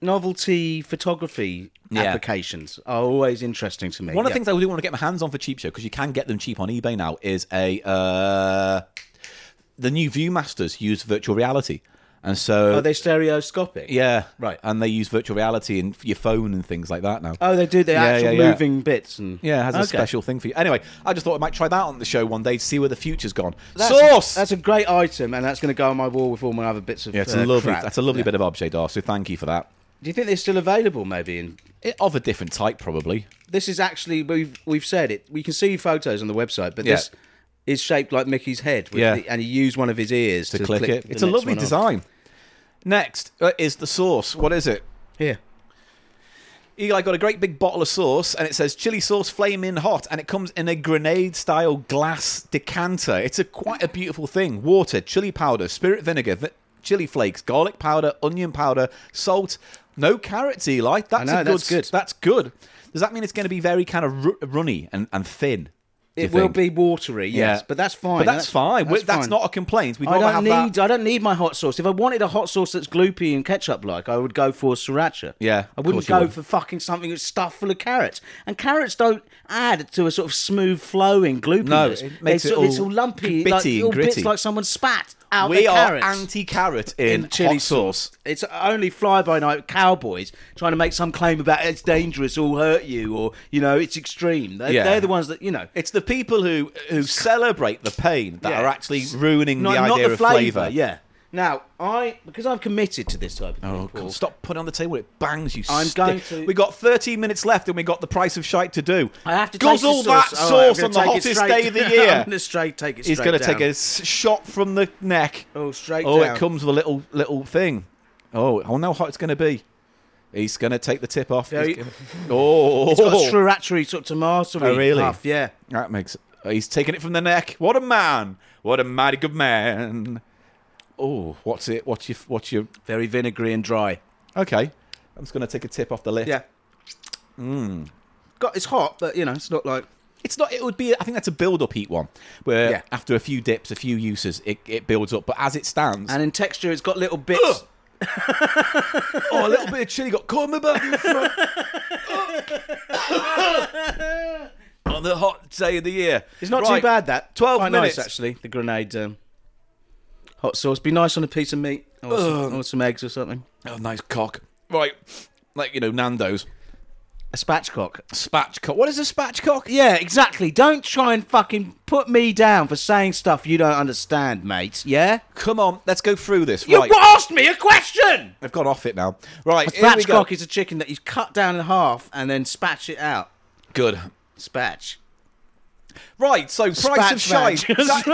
S1: novelty photography
S2: Yeah.
S1: applications are always interesting to me.
S2: One of
S1: Yeah.
S2: the things I really want to get my hands on for cheap show because you can get them cheap on eBay now is a uh, the new ViewMasters use virtual reality, and so
S1: are Oh, they stereoscopic?
S2: yeah,
S1: Right.
S2: and they use virtual reality in your phone and things like that now.
S1: Oh, they do the
S2: Yeah,
S1: actual
S2: yeah, yeah.
S1: moving bits and
S2: Yeah, it has a
S1: Okay.
S2: special thing for you. Anyway, I just thought I might try that on the show one day to see where the future's gone.
S1: That's,
S2: Source.
S1: That's a great item, and that's going to go on my wall with all my other bits of.
S2: yeah, it's
S1: uh,
S2: a lovely.
S1: crap.
S2: That's a lovely bit of objet d'art. So thank you for that.
S1: Do you think they're still available? Maybe in
S2: It, of a different type, probably.
S1: this is actually we've we've said it. We can see photos on the website, but
S2: Yeah.
S1: this is shaped like Mickey's head. With
S2: Yeah.
S1: the, and he used one of his ears to,
S2: To click, it.
S1: the
S2: It's a
S1: next
S2: lovely
S1: one on.
S2: design. Next uh, is the sauce. What is it?
S1: Here,
S2: Eli got a great big bottle of sauce, and it says chili sauce, flaming hot, and it comes in a grenade-style glass decanter. It's a quite a beautiful thing. Water, chili powder, spirit vinegar, vi- chili flakes, garlic powder, onion powder, salt. No carrots, Eli. That's
S1: know,
S2: a good,
S1: that's good.
S2: That's good. Does that mean it's going to be very kind of ru- runny and, and thin? do you
S1: it will
S2: think?
S1: be watery, yes,
S2: Yeah.
S1: but that's fine.
S2: But that's, fine. That's,
S1: fine.
S2: not a complaint. We'd
S1: I
S2: rather
S1: don't
S2: have
S1: need.
S2: that.
S1: I don't need my hot sauce. If I wanted a hot sauce that's gloopy and ketchup like, I would go for sriracha.
S2: Yeah,
S1: I
S2: of
S1: wouldn't
S2: course you
S1: go
S2: would.
S1: for fucking something that's stuffed full of carrots. And carrots don't add to a sort of smooth flowing gloopiness.
S2: No, it makes
S1: They
S2: it
S1: sort of- it's
S2: all
S1: all lumpy,
S2: bitty
S1: like,
S2: and
S1: little
S2: gritty.
S1: Bits like someone spat out
S2: We
S1: the
S2: are
S1: carrots.
S2: anti-carrot in,
S1: in chili
S2: hot sauce.
S1: It's only fly by night cowboys trying to make some claim about it's dangerous, all hurt you, or you know it's extreme. They,
S2: Yeah.
S1: They're the ones that you know.
S2: It's the people who who celebrate the pain that
S1: Yeah.
S2: are actually ruining
S1: not,
S2: the
S1: not
S2: idea
S1: the
S2: of
S1: flavour.
S2: flavour.
S1: Yeah. Now I because I've committed to this type of thing.
S2: Oh,
S1: Paul,
S2: God, stop putting it on the table. It bangs you.
S1: I'm
S2: stick.
S1: going to-
S2: We got 13 minutes left, and we got the price of shite to do.
S1: I have to
S2: guzzle
S1: take the sauce.
S2: that
S1: All right, I'm
S2: sauce
S1: gonna
S2: on the
S1: take it
S2: hottest
S1: straight-
S2: day of the year.
S1: I'm gonna straight take it. Straight
S2: He's going to take a
S1: down.
S2: s- shot from the neck.
S1: Oh, straight
S2: Oh,
S1: down.
S2: it comes with a little little thing. Oh, I wonder how hot it's going to be. He's going to take the tip off.
S1: Very-
S2: He's gonna- Oh,
S1: It's got a sriracha sort of tomato.
S2: Oh, really?
S1: Puff, yeah.
S2: that makes. He's taking it from the neck. What a man! What a mighty good man! Oh, what's it? What's your? What's your?
S1: Very vinegary and dry.
S2: Okay, I'm just going to take a tip off the lid.
S1: Yeah. Mmm. Mm. Got it's hot, but you know it's not like.
S2: It's not. It would be. I think that's a build-up heat one, where
S1: Yeah.
S2: after a few dips, a few uses, it, it builds up. But as it stands,
S1: And in texture, it's got little bits.
S2: oh, a little bit of chili got coming back in front. on the hot day of the year.
S1: It's not
S2: Right.
S1: too bad that.
S2: 12
S1: Quite
S2: minutes.
S1: nice, actually, the grenade um, hot sauce. Be nice on a piece of meat or some, or some eggs or something.
S2: Oh, nice cock. Right, like you know Nando's
S1: A spatchcock.
S2: spatchcock. What is a spatchcock?
S1: Yeah, exactly. Don't try and fucking put me down for saying stuff you don't understand, mate. Yeah?
S2: Come on, let's go through this.
S1: You
S2: right,
S1: asked me a question!
S2: I've gone off it now. Right, here we go.
S1: Spatchcock is a chicken that you cut down in half and then spatch it out.
S2: Good.
S1: Spatch.
S2: Right, so price of
S1: Spatch
S2: shite.
S1: badge.
S2: That's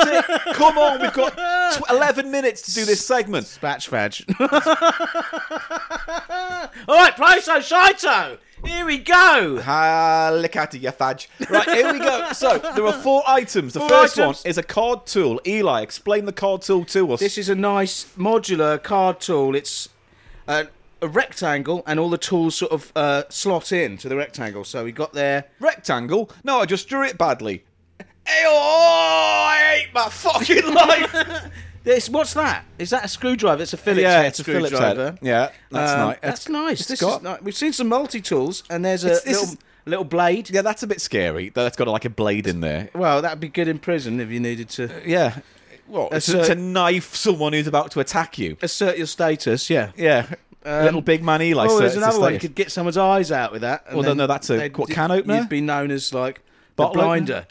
S2: it. Come on, we've got tw- 11 minutes to do this segment.
S1: Spatch fadge. Alright, Proso Shito! Here we go!
S2: Ah, look at you, fudge. Right, here we go. So, there are four items. The
S1: Four
S2: first
S1: items.
S2: one is a card tool. Eli, explain the card tool to us.
S1: This is a nice modular card tool. It's a, a rectangle, and all the tools sort of uh, slot in to the rectangle. So we got there.
S2: rectangle. No, I just drew it badly. Hey, oh, I hate my fucking life.
S1: This what's that? Is that a screwdriver? It's a Phillips
S2: yeah,
S1: head
S2: it's a Phillips
S1: screwdriver.
S2: head. Yeah, that's
S1: Um,
S2: nice.
S1: That's
S2: It's-
S1: nice.
S2: it's
S1: this
S2: got-
S1: is nice. We've seen some multi tools, and there's a
S2: It's- this
S1: little,
S2: is-
S1: little blade.
S2: Yeah, that's a bit scary. that That's got like a blade in there.
S1: Well, that'd be good in prison if you needed to
S2: Yeah. Well,
S1: That's
S2: to,
S1: a-
S2: to knife someone who's about to attack you.
S1: assert your status. Yeah.
S2: Yeah. Little big man Eli.
S1: Oh,
S2: says
S1: there's
S2: it's
S1: another one. You
S2: status.
S1: could get someone's eyes out with that. and
S2: Well, no,
S1: then
S2: no, that's a-
S1: they'd-
S2: what, can opener?
S1: You'd be known as like
S2: Bottle
S1: the
S2: opener?
S1: blinder,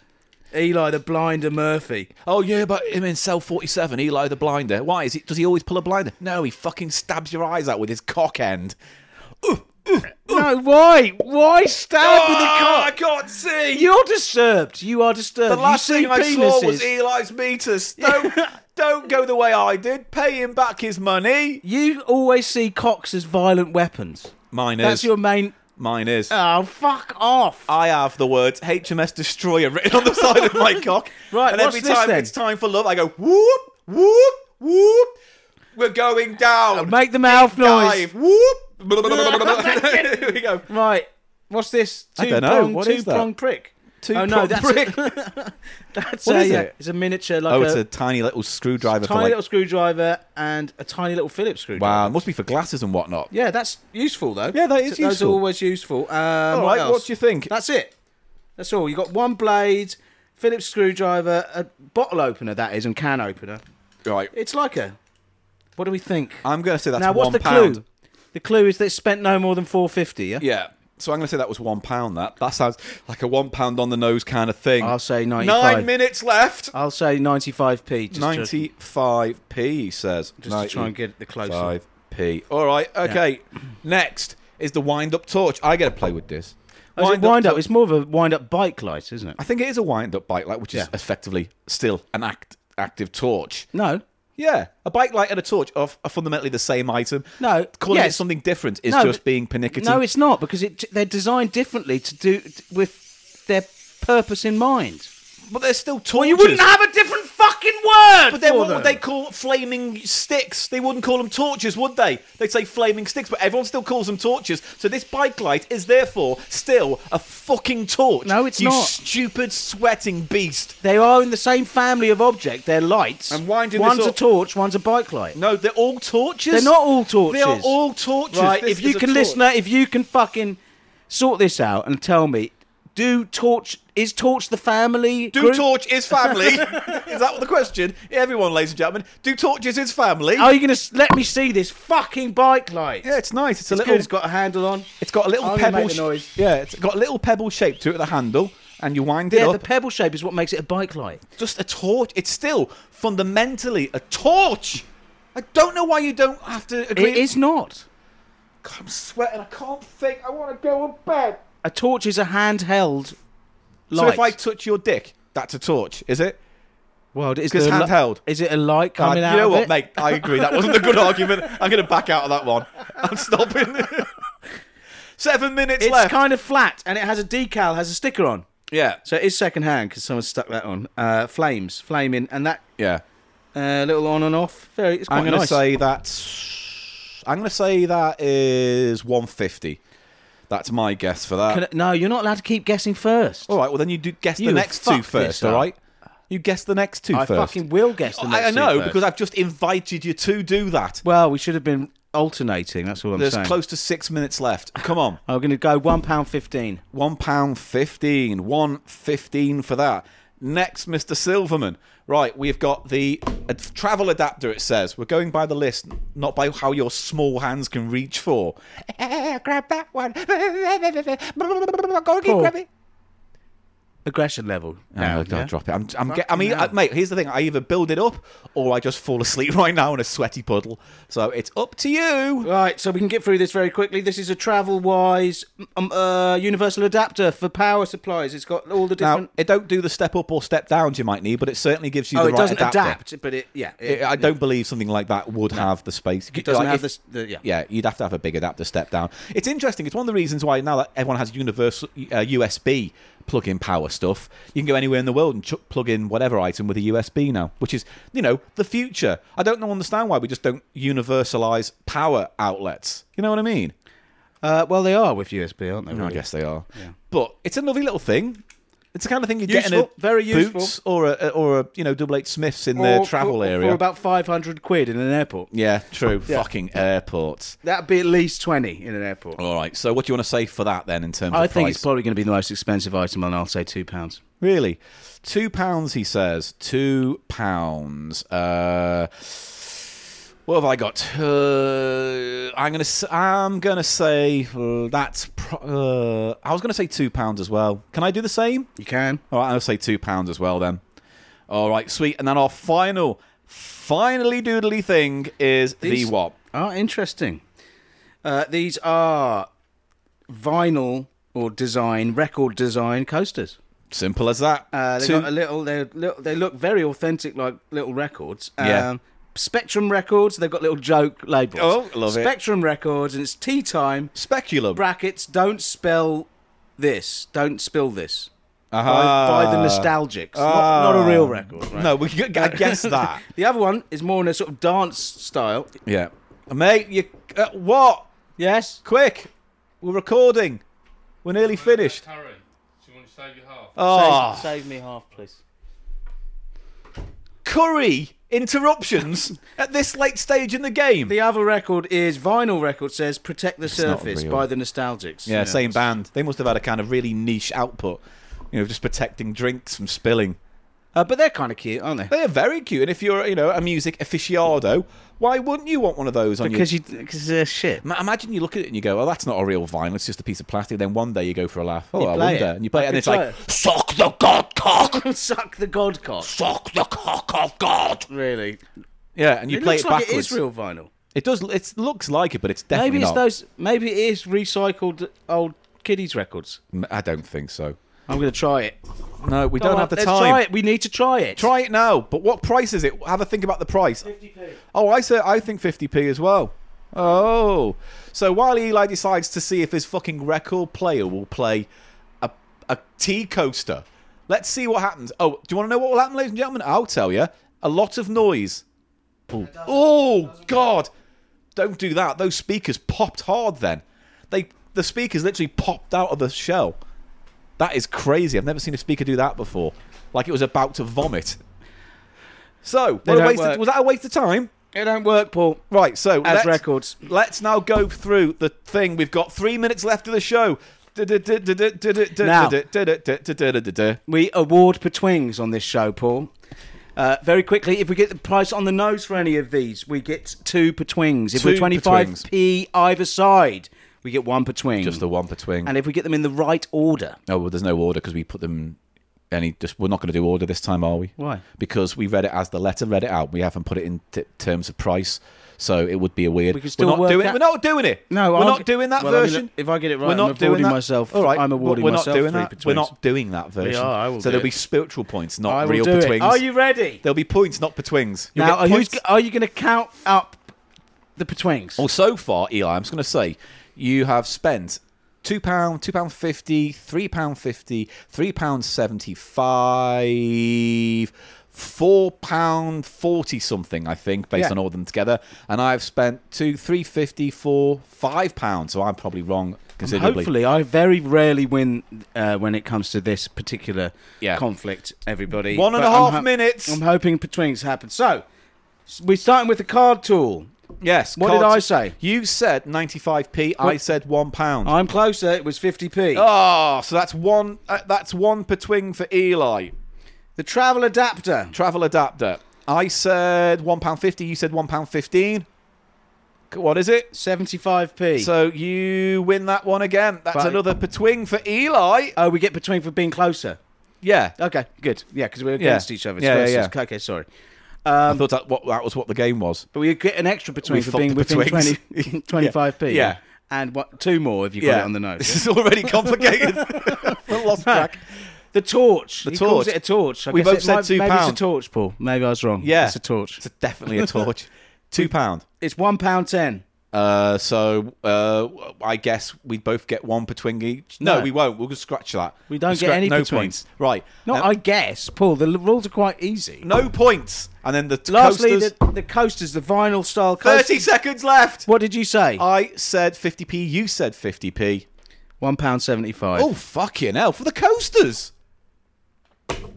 S1: Eli the blinder Murphy.
S2: Oh yeah, but him in cell forty-seven, Eli the blinder. Why is it? Does he always pull a blinder? No, he fucking stabs your eyes out with his cock end.
S1: No, why? Why stab with a
S2: Oh, I
S1: cock?
S2: can't see.
S1: You're disturbed. You are disturbed.
S2: the last
S1: you see
S2: thing I saw was
S1: penises.
S2: Eli's meters. Don't, don't go the way I did. Pay him back his money.
S1: You always see cocks as violent weapons.
S2: Mine
S1: That's your main
S2: Mine is.
S1: Oh, fuck off.
S2: I have the words HMS Destroyer written on the side of my cock.
S1: Right,
S2: and
S1: what's
S2: every
S1: this
S2: time
S1: then?
S2: it's time for love, I go whoop, whoop, whoop. We're going down.
S1: Make the mouth Oh, noise.
S2: Dive. Whoop. Here we go.
S1: Right. What's this? Two
S2: I don't know.
S1: Prong,
S2: What
S1: two
S2: is that?
S1: prong prick.
S2: Two
S1: oh no,
S2: prong
S1: that's
S2: prick.
S1: A, that's
S2: What
S1: a,
S2: is
S1: yeah,
S2: it?
S1: It's a miniature like
S2: Oh,
S1: a,
S2: it's a tiny little screwdriver for
S1: Uh, tiny
S2: like.
S1: little screwdriver and a tiny little Phillips screwdriver.
S2: Wow, it must be for glasses and whatnot.
S1: Yeah, that's useful though.
S2: Yeah, that
S1: Th-
S2: is
S1: Those
S2: useful.
S1: are always useful. Um,
S2: All
S1: what
S2: right,
S1: else?
S2: what do you think?
S1: That's it. That's all. You got one blade, Phillips screwdriver, a bottle opener that is, and can opener.
S2: Right,
S1: It's like a. What do we think?
S2: I'm going to say Uh, that's
S1: now, what's
S2: one
S1: the
S2: pound.
S1: clue? The clue is that it's spent no more than four fifty. Yeah.
S2: Yeah. So I'm going to say that was one pound. That that sounds like a one pound on the nose kind of thing.
S1: I'll say ninety-five.
S2: Nine minutes left.
S1: I'll say ninety-five p. Just To,
S2: 95p he says.
S1: just to try and get the closer.
S2: 5p. All right. Okay. Next is the wind up torch. I get to play with this.
S1: Oh, is it wind up.
S2: tor-
S1: It's more of a wind up bike light, isn't it?
S2: I think it is a wind up bike light, which is
S1: Yeah.
S2: effectively still an act active torch.
S1: No.
S2: Yeah, a bike light and a torch are, f- are fundamentally the same item.
S1: No,
S2: calling it
S1: yes.
S2: something different is
S1: No,
S2: just
S1: but-
S2: being pernickety.
S1: No, it's not because it, they're designed differently to do t- with their purpose in mind.
S2: but they're still torches.
S1: You wouldn't have a different fucking word.
S2: But then
S1: for
S2: what
S1: them.
S2: would they call flaming sticks? They wouldn't call them torches, would they? They'd say flaming sticks, but everyone still calls them torches. So this bike light is therefore still a fucking torch.
S1: No, it's
S2: you
S1: not.
S2: stupid sweating beast.
S1: They are in the same family of object. They're lights.
S2: I'm winding this
S1: one's a
S2: up.
S1: torch, one's a bike light.
S2: No, they're all torches.
S1: They're not all torches.
S2: They are all torches.
S1: Right,
S2: This
S1: if you
S2: is a
S1: can
S2: torch.
S1: listen, if you can fucking sort this out and tell me, do torch is torch the family?
S2: Do
S1: group?
S2: torch is family? is that the question? Everyone, ladies and gentlemen, do torches is family?
S1: Are you gonna s- let me see this fucking bike light?
S2: yeah, it's nice. It's a
S1: it's
S2: little.
S1: good. It's got a handle on.
S2: it's got a little
S1: I'm gonna
S2: pebble.
S1: make the
S2: sh-
S1: noise.
S2: Yeah, it's got a little pebble shape to it at the handle, and you wind it
S1: Yeah,
S2: up.
S1: the pebble shape is what makes it a bike light.
S2: just a torch. It's still fundamentally a torch. I don't know why you don't have to agree.
S1: It is not.
S2: God, I'm sweating. I can't think. I want to go to bed.
S1: A torch is a handheld light.
S2: So if I touch your dick, that's a torch, is it?
S1: well, is
S2: 'cause
S1: there a li-
S2: handheld.
S1: Is it a light coming
S2: God,
S1: out
S2: you know
S1: of
S2: what,
S1: it?
S2: mate? I agree. That wasn't a good argument. I'm going to back out of that one. I'm stopping. Seven minutes
S1: It's
S2: left.
S1: kind of flat, and it has a decal, has a sticker on.
S2: yeah.
S1: So it is second hand because someone stuck that on. Uh, flames, flaming, and that
S2: Yeah.
S1: uh, little on and off. Very, it's quite
S2: I'm going
S1: nice.
S2: to say that's. I'm going to say that is 150. That's my guess for that.
S1: uh, Can I- no, you're not allowed to keep guessing first.
S2: All right, well then you do guess the
S1: You
S2: next
S1: fucked
S2: two first,
S1: this
S2: all
S1: up.
S2: right? You guess the next two
S1: I
S2: first.
S1: fucking will guess the next
S2: I, I know
S1: two first.
S2: because I've just invited you to do that.
S1: well, we should have been alternating. That's all I'm
S2: There's
S1: saying.
S2: close to six minutes left. Come on,
S1: I'm going to go one pound fifteen.
S2: one pound fifteen, one fifteen for that. Next, Mr. Silverman. Right, we've got the a travel adapter. It says we're going by the list, not by how your small hands can reach for. grab that one. Go and
S1: Paul.
S2: grab it.
S1: Aggression level.
S2: No,
S1: now,
S2: don't
S1: yeah?
S2: Um, drop it. I'm, I'm, get, I
S1: Fucking
S2: mean,
S1: hell.
S2: uh, mate, here's the thing. I either build it up or I just fall asleep right now in a sweaty puddle. So it's up to you.
S1: Right, so we can get through this very quickly. This is a travel-wise um, uh, universal adapter for power supplies. It's got all the
S2: Now,
S1: different.
S2: it don't do the step up or step downs you might need, but it certainly gives you
S1: oh,
S2: the
S1: it
S2: right
S1: doesn't
S2: adapter.
S1: adapt, but it yeah, it,
S2: It- I don't believe something like that would have the space.
S1: it doesn't
S2: Like,
S1: have
S2: if-
S1: this. The, yeah.
S2: Yeah, you'd have to have a big adapter step down. It's interesting. It's one of the reasons why now that everyone has universal uh, USB plug-in power stuff, you can go anywhere in the world and chuck plug in whatever item with a USB now, which is you know the future. I don't know, understand why we just don't universalize power outlets. You know what I mean?
S1: Uh, well, they are with USB, aren't they?
S2: I
S1: really?
S2: guess they are. But it's a lovely little thing. It's the kind of thing you get in a
S1: Useful, very useful.
S2: Boots or a or a you know double eight Smiths in
S1: Or
S2: their
S1: for-
S2: travel
S1: or
S2: area.
S1: for about five hundred quid in an airport.
S2: yeah, true. Fucking airports.
S1: That'd be at least twenty in an airport.
S2: All right. So what do you want to say for that then in terms
S1: I
S2: of
S1: think
S2: price?
S1: it's probably going to be the most expensive item, and I'll say two pounds.
S2: Really? Two pounds, he says. Two pounds. Uh, what have I got? Uh, I'm gonna. s- I'm gonna say uh, that's. Pro- uh, I was gonna say two pounds as well. Can I do the same?
S1: You can.
S2: All right, I'll say two pounds as well then. All right, sweet. And then our final, finally doodly thing is
S1: These-
S2: the what?
S1: Ah, interesting. Uh, these are vinyl or design, record design coasters.
S2: Simple as that.
S1: Uh, they
S2: Two-
S1: got a little. They they look very authentic, like little records. Um,
S2: Yeah.
S1: Spectrum Records. They've got little joke labels.
S2: Oh, love it.
S1: Spectrum Records, and it's tea time.
S2: Speculum.
S1: Brackets. Don't spell this. Don't spill this. By,
S2: Aha.
S1: by the nostalgics. not, not a real record. Right?
S2: Ah. No, we g- I guess that.
S1: The other one is more in a sort of dance style.
S2: yeah. Mate, you. Uh, what?
S1: Yes.
S2: Quick. We're recording. We're nearly finished.
S5: Karen, do you want to save your half?
S2: Oh.
S1: Save, save me half, please.
S2: Curry interruptions at this late stage in the game.
S1: The other record is vinyl record says "Protect the
S2: not
S1: Surface"
S2: real.
S1: by the Nostalgics.
S2: yeah, same band. They must have had a kind of really niche output, you know, just protecting drinks from spilling.
S1: Uh, but they're kind of cute, aren't they?
S2: They are very cute, and if you're, you know, a music aficionado, why wouldn't you want one of those on your
S1: Because you because they're shit.
S2: Ma- Imagine you look at it and you go, "Oh, that's not a real vinyl. It's just a piece of plastic." Then one day you go for a laugh. Oh, I
S1: play
S2: wonder,
S1: it.
S2: and you play it, and
S1: You
S2: it's
S1: try
S2: like,
S1: it.
S2: "Suck the god cock,
S1: Suck the god cock.
S2: suck the cock of God."
S1: Really?
S2: Yeah, and you
S1: It
S2: play
S1: looks
S2: it
S1: like
S2: backwards.
S1: it is real vinyl.
S2: It does. It looks like it, but it's definitely
S1: Maybe it's
S2: not.
S1: those. Maybe it is recycled old kiddies records.
S2: M- Mm, I don't think so.
S1: I'm gonna try it.
S2: No, we don't
S1: Come on,
S2: have the
S1: let's
S2: time.
S1: Try it. We need to try it.
S2: Try it now. But what price is it? Have a think about the price. 50p. Oh, I say I think 50p as well. Oh. So while Eli decides to see if his fucking record player will play a, a tea coaster, let's see what happens. Oh, do you want to know what will happen, ladies and gentlemen? I'll tell you. A lot of noise. Oh, oh God. Don't do that. Those speakers popped hard then. They The speakers literally popped out of the shell. That is crazy. I've never seen a speaker do that before. Like it was about to vomit. So, what a
S1: don't
S2: waste of-
S1: work.
S2: was that a waste of time?
S1: It don't work, Paul.
S2: Right, so
S1: As
S2: let's,
S1: records.
S2: Let's now go through the thing. We've got three minutes left of the show.
S1: Now.
S2: Now.
S1: We award betwings on this show, Paul. Uh, very quickly, if we get the price on the nose for any of these, we get two betwings. If
S2: Two
S1: we're 25p either side, we get one betwing.
S2: Just the one between.
S1: and if we get them in the right order,
S2: Oh well, there's no order because we put them. Any just we're not going to do order this time, are we?
S1: Why?
S2: Because we read it as the letter read it out. We haven't put it in t- terms of price, so it would be a weird.
S1: We could
S2: are
S1: still
S2: not
S1: work
S2: doing.
S1: that-
S2: We're not doing it.
S1: No,
S2: we're
S1: I'll
S2: not
S1: get-
S2: doing that
S1: well, I'm
S2: version.
S1: gonna- if I get it right,
S2: we're
S1: I'm
S2: not doing
S1: awarding
S2: that.
S1: myself-
S2: All right,
S1: I'm
S2: but
S1: awarding
S2: we're
S1: myself
S2: not doing
S1: three
S2: that.
S1: betweens.
S2: We're not doing that version.
S1: are, I will
S2: so
S1: do
S2: there'll
S1: it.
S2: be spiritual points, not
S1: I will
S2: real
S1: do
S2: betwings.
S1: it. Are you ready?
S2: There'll be points, not betwings. You'll
S1: now,
S2: get
S1: are you,
S2: points.
S1: are you going to count up the betwings?
S2: Well, so far, Eli, I'm just going to say you have spent two pound, two pound fifty, three pound fifty, three pound seventy-five, four pound forty something, I think, based
S1: Yeah.
S2: on all of them together. And I've spent two, three fifty, four, five pounds. So I'm probably wrong considerably.
S1: Hopefully, I very rarely win uh, when it comes to this particular
S2: Yeah.
S1: conflict. Everybody,
S2: One and
S1: But
S2: a half
S1: I'm ho-
S2: minutes.
S1: I'm hoping betwings happen. So s- we're starting with the card tool.
S2: yes.
S1: What did I say?
S2: You said ninety-five p. I said one pound.
S1: I'm closer. It was 50p.
S2: Oh, so that's one. Uh, that's one between for Eli.
S1: The travel adapter.
S2: Travel adapter. I said one pound fifty. You said one pound fifteen. What is it?
S1: 75p.
S2: So you win that one again. That's
S1: But-
S2: another betwing for Eli.
S1: oh, we get between for being closer.
S2: Yeah,
S1: Okay, good. Yeah, because we're against each other. It's
S2: Yeah,
S1: versus.
S2: yeah, yeah.
S1: Okay, sorry.
S2: I thought that, what, that was what the game was.
S1: But we get an extra between
S2: We
S1: for
S2: fucked
S1: being
S2: the
S1: within
S2: betwings.
S1: 20, 25p.
S2: Yeah.
S1: And what? Two more if you got it on the
S2: This
S1: nose.
S2: is already complicated. We lost track.
S1: the torch. The he
S2: torch.
S1: Calls it a torch. I
S2: We
S1: guess
S2: both
S1: it
S2: said
S1: might-
S2: two
S1: Maybe
S2: pound.
S1: it's a torch, Paul. Maybe I was wrong.
S2: Yeah,
S1: it's a torch.
S2: It's definitely a torch. Two pound.
S1: It's one pound ten.
S2: Uh, so uh, I guess we both get one betwing each. No,
S1: No.
S2: we won't. We'll just scratch that.
S1: We don't
S2: We'll
S1: get
S2: scra-
S1: any
S2: no
S1: betwings.
S2: points. Right.
S1: No,
S2: Now-
S1: I guess, Paul. The l- rules are quite easy.
S2: no points. And then the t-
S1: Lastly,
S2: coasters.
S1: the, the coasters, the vinyl style coasters.
S2: Thirty seconds left.
S1: What did you say?
S2: I said 50p, you said 50p.
S1: One pound seventy-five.
S2: Oh, fucking hell, for the coasters.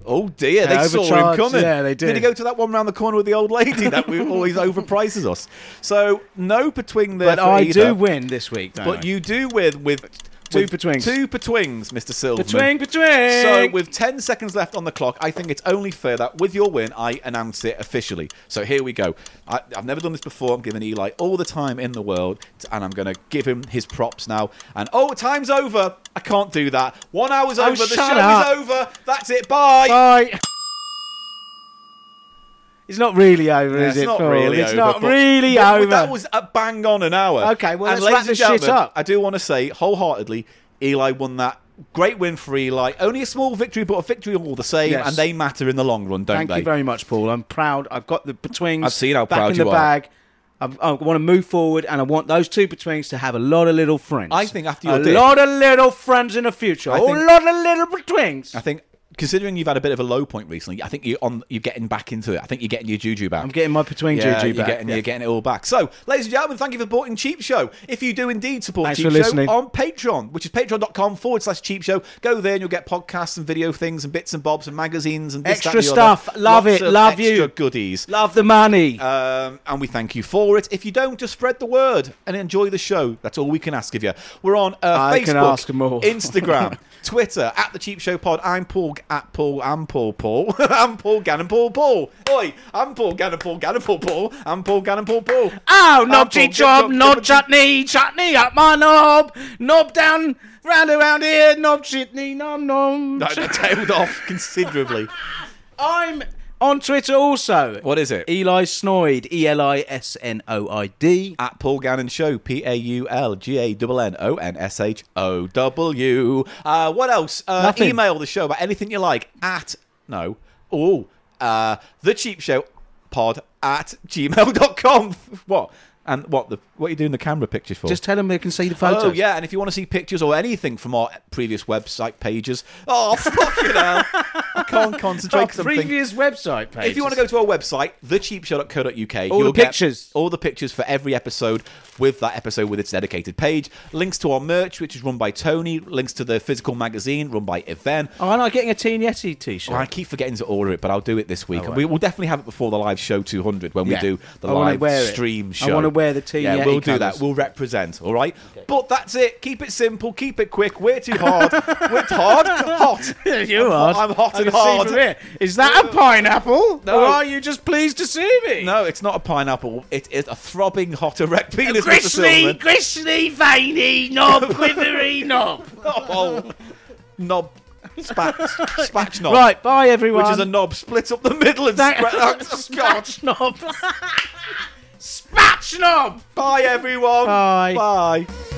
S2: Oh dear, they
S1: They
S2: saw him
S1: overcharged.
S2: coming.
S1: Yeah, they
S2: Did
S1: did.
S2: he go to that one round the corner with the old lady that we always overprices us? So no between there.
S1: but
S2: for
S1: I
S2: either.
S1: do win this week. Don't
S2: But
S1: I?
S2: you do with with
S1: Two
S2: with
S1: betwings.
S2: Two betwings, Mr. Silverman.
S1: between between.
S2: So, with 10 seconds left on the clock, I think it's only fair that with your win, I announce it officially. So, here we go. I, I've never done this before. I'm giving Eli all the time in the world, and I'm going to give him his props now. And, oh, time's over. I can't do that. One hour's
S1: Oh,
S2: over. The show
S1: shut up.
S2: is over. That's it. Bye.
S1: Bye. It's not really over,
S2: Yeah,
S1: is it,
S2: not
S1: Paul?
S2: really
S1: it's
S2: over,
S1: not
S2: but-
S1: really
S2: but
S1: over.
S2: That was a bang on an hour.
S1: Okay, well,
S2: and
S1: let's wrap
S2: ladies and
S1: this shit
S2: gentlemen,
S1: up.
S2: I do want to say wholeheartedly, Eli won that Great win for Eli. Only a small victory, but a victory all the same,
S1: Yes.
S2: and they matter in the long run, don't
S1: Thank
S2: they?
S1: you very much, Paul. I'm proud. I've got the betwings.
S2: I've seen how
S1: back
S2: proud
S1: in
S2: you
S1: the
S2: are.
S1: bag. I'm- I want to move forward, and I want those two betwings to have a lot of little friends.
S2: I think after
S1: a
S2: your dip-
S1: lot of little friends in the future,
S2: I
S1: a
S2: think-
S1: lot of little betwings.
S2: I think, considering you've had a bit of a low point recently, I think you're on. You're getting back into it. I think you're getting your juju back.
S1: I'm getting my between
S2: Yeah,
S1: juju
S2: you're
S1: back.
S2: Getting,
S1: Yeah.
S2: You're getting it all back. So, ladies and gentlemen, thank you for supporting Cheap Show. If you do indeed support
S1: Thanks
S2: Cheap
S1: for
S2: Show
S1: listening.
S2: on Patreon, which is patreon.com forward slash Cheap Show, go there and you'll get podcasts and video things and bits and bobs and magazines and this, that,
S1: Extra
S2: and the other.
S1: stuff. Love
S2: Lots
S1: it.
S2: of
S1: Love
S2: extra
S1: you.
S2: goodies.
S1: Love the money.
S2: Um, and we thank you for it. If you don't, just spread the word and enjoy the show. That's all we can ask of you. We're on uh,
S1: I
S2: Facebook,
S1: can ask more.
S2: Instagram, Twitter, at The Cheap Show Pod. I'm Paul, G- at Paul, I'm Paul, Paul. I'm Paul Gannon, Paul, Paul. Oi, I'm Paul Gannon, Paul Gannon, Paul, Paul. I'm Paul Gannon, Paul, uh, Paul.
S1: Oh,
S2: Apple,
S1: knob G job,
S2: knob,
S1: knob
S2: knob,
S1: chutney, chutney up my knob, knob down, round around here, knob chutney, nom nom.
S2: No, that tailed off considerably.
S1: I'm on Twitter also.
S2: What is it?
S1: Eli Snoid, E L I S N O I D.
S2: at Paul Gannon Show, P A U L G A N N O N S H O W. Uh, what else? Uh,
S1: Nothing.
S2: Email the show about anything you like at, no, oh, uh, the cheap show pod at gmail.com. What? And what the what are you doing the camera pictures for?
S1: Just tell them they can see the photos.
S2: Oh yeah, and if you want to see pictures or anything from our previous website pages, oh fucking hell, I can't concentrate.
S1: Our
S2: 'cause I'm thinking-
S1: previous website page.
S2: if you want to go to our website, thecheapshow.co.uk,
S1: All the
S2: you'll get
S1: pictures.
S2: all the pictures for every episode with that episode with its dedicated page. Links to our merch, which is run by Tony. Links to the physical magazine run by Yvonne.
S1: Oh, and I'm getting a Teen Yeti t shirt.
S2: Well, I keep forgetting to order it, but I'll do it this week.
S1: All right.
S2: We will definitely have it before the live show 200 when
S1: Oh, Yeah.
S2: we do the
S1: I wanna
S2: live
S1: wear it.
S2: stream
S1: I
S2: show.
S1: wanna wear the Teen
S2: Yeah,
S1: Yeti
S2: we'll do that.
S1: colours.
S2: We'll represent. All right. But that's it. Keep it simple. Keep it quick. We're too hard. We're hard. Hot.
S1: you
S2: I'm
S1: are.
S2: hot- I'm hot
S1: I
S2: and
S1: can see
S2: hard.
S1: from here. Is that a pineapple?
S2: No.
S1: Or are you just pleased to see me?
S2: No, it's not a pineapple. It is a throbbing hot erect penis. Mr.
S1: Gristly,
S2: Silverman.
S1: gristly, veiny, knob, quivery, knob.
S2: Oh, knob spat, spatch knob,
S1: Right, bye everyone.
S2: Oh. which is a knob split up the middle and
S1: Thank-
S2: spread out. God.
S1: Spatch knob. Spatch knob.
S2: Bye, everyone.
S1: Bye.
S2: Bye.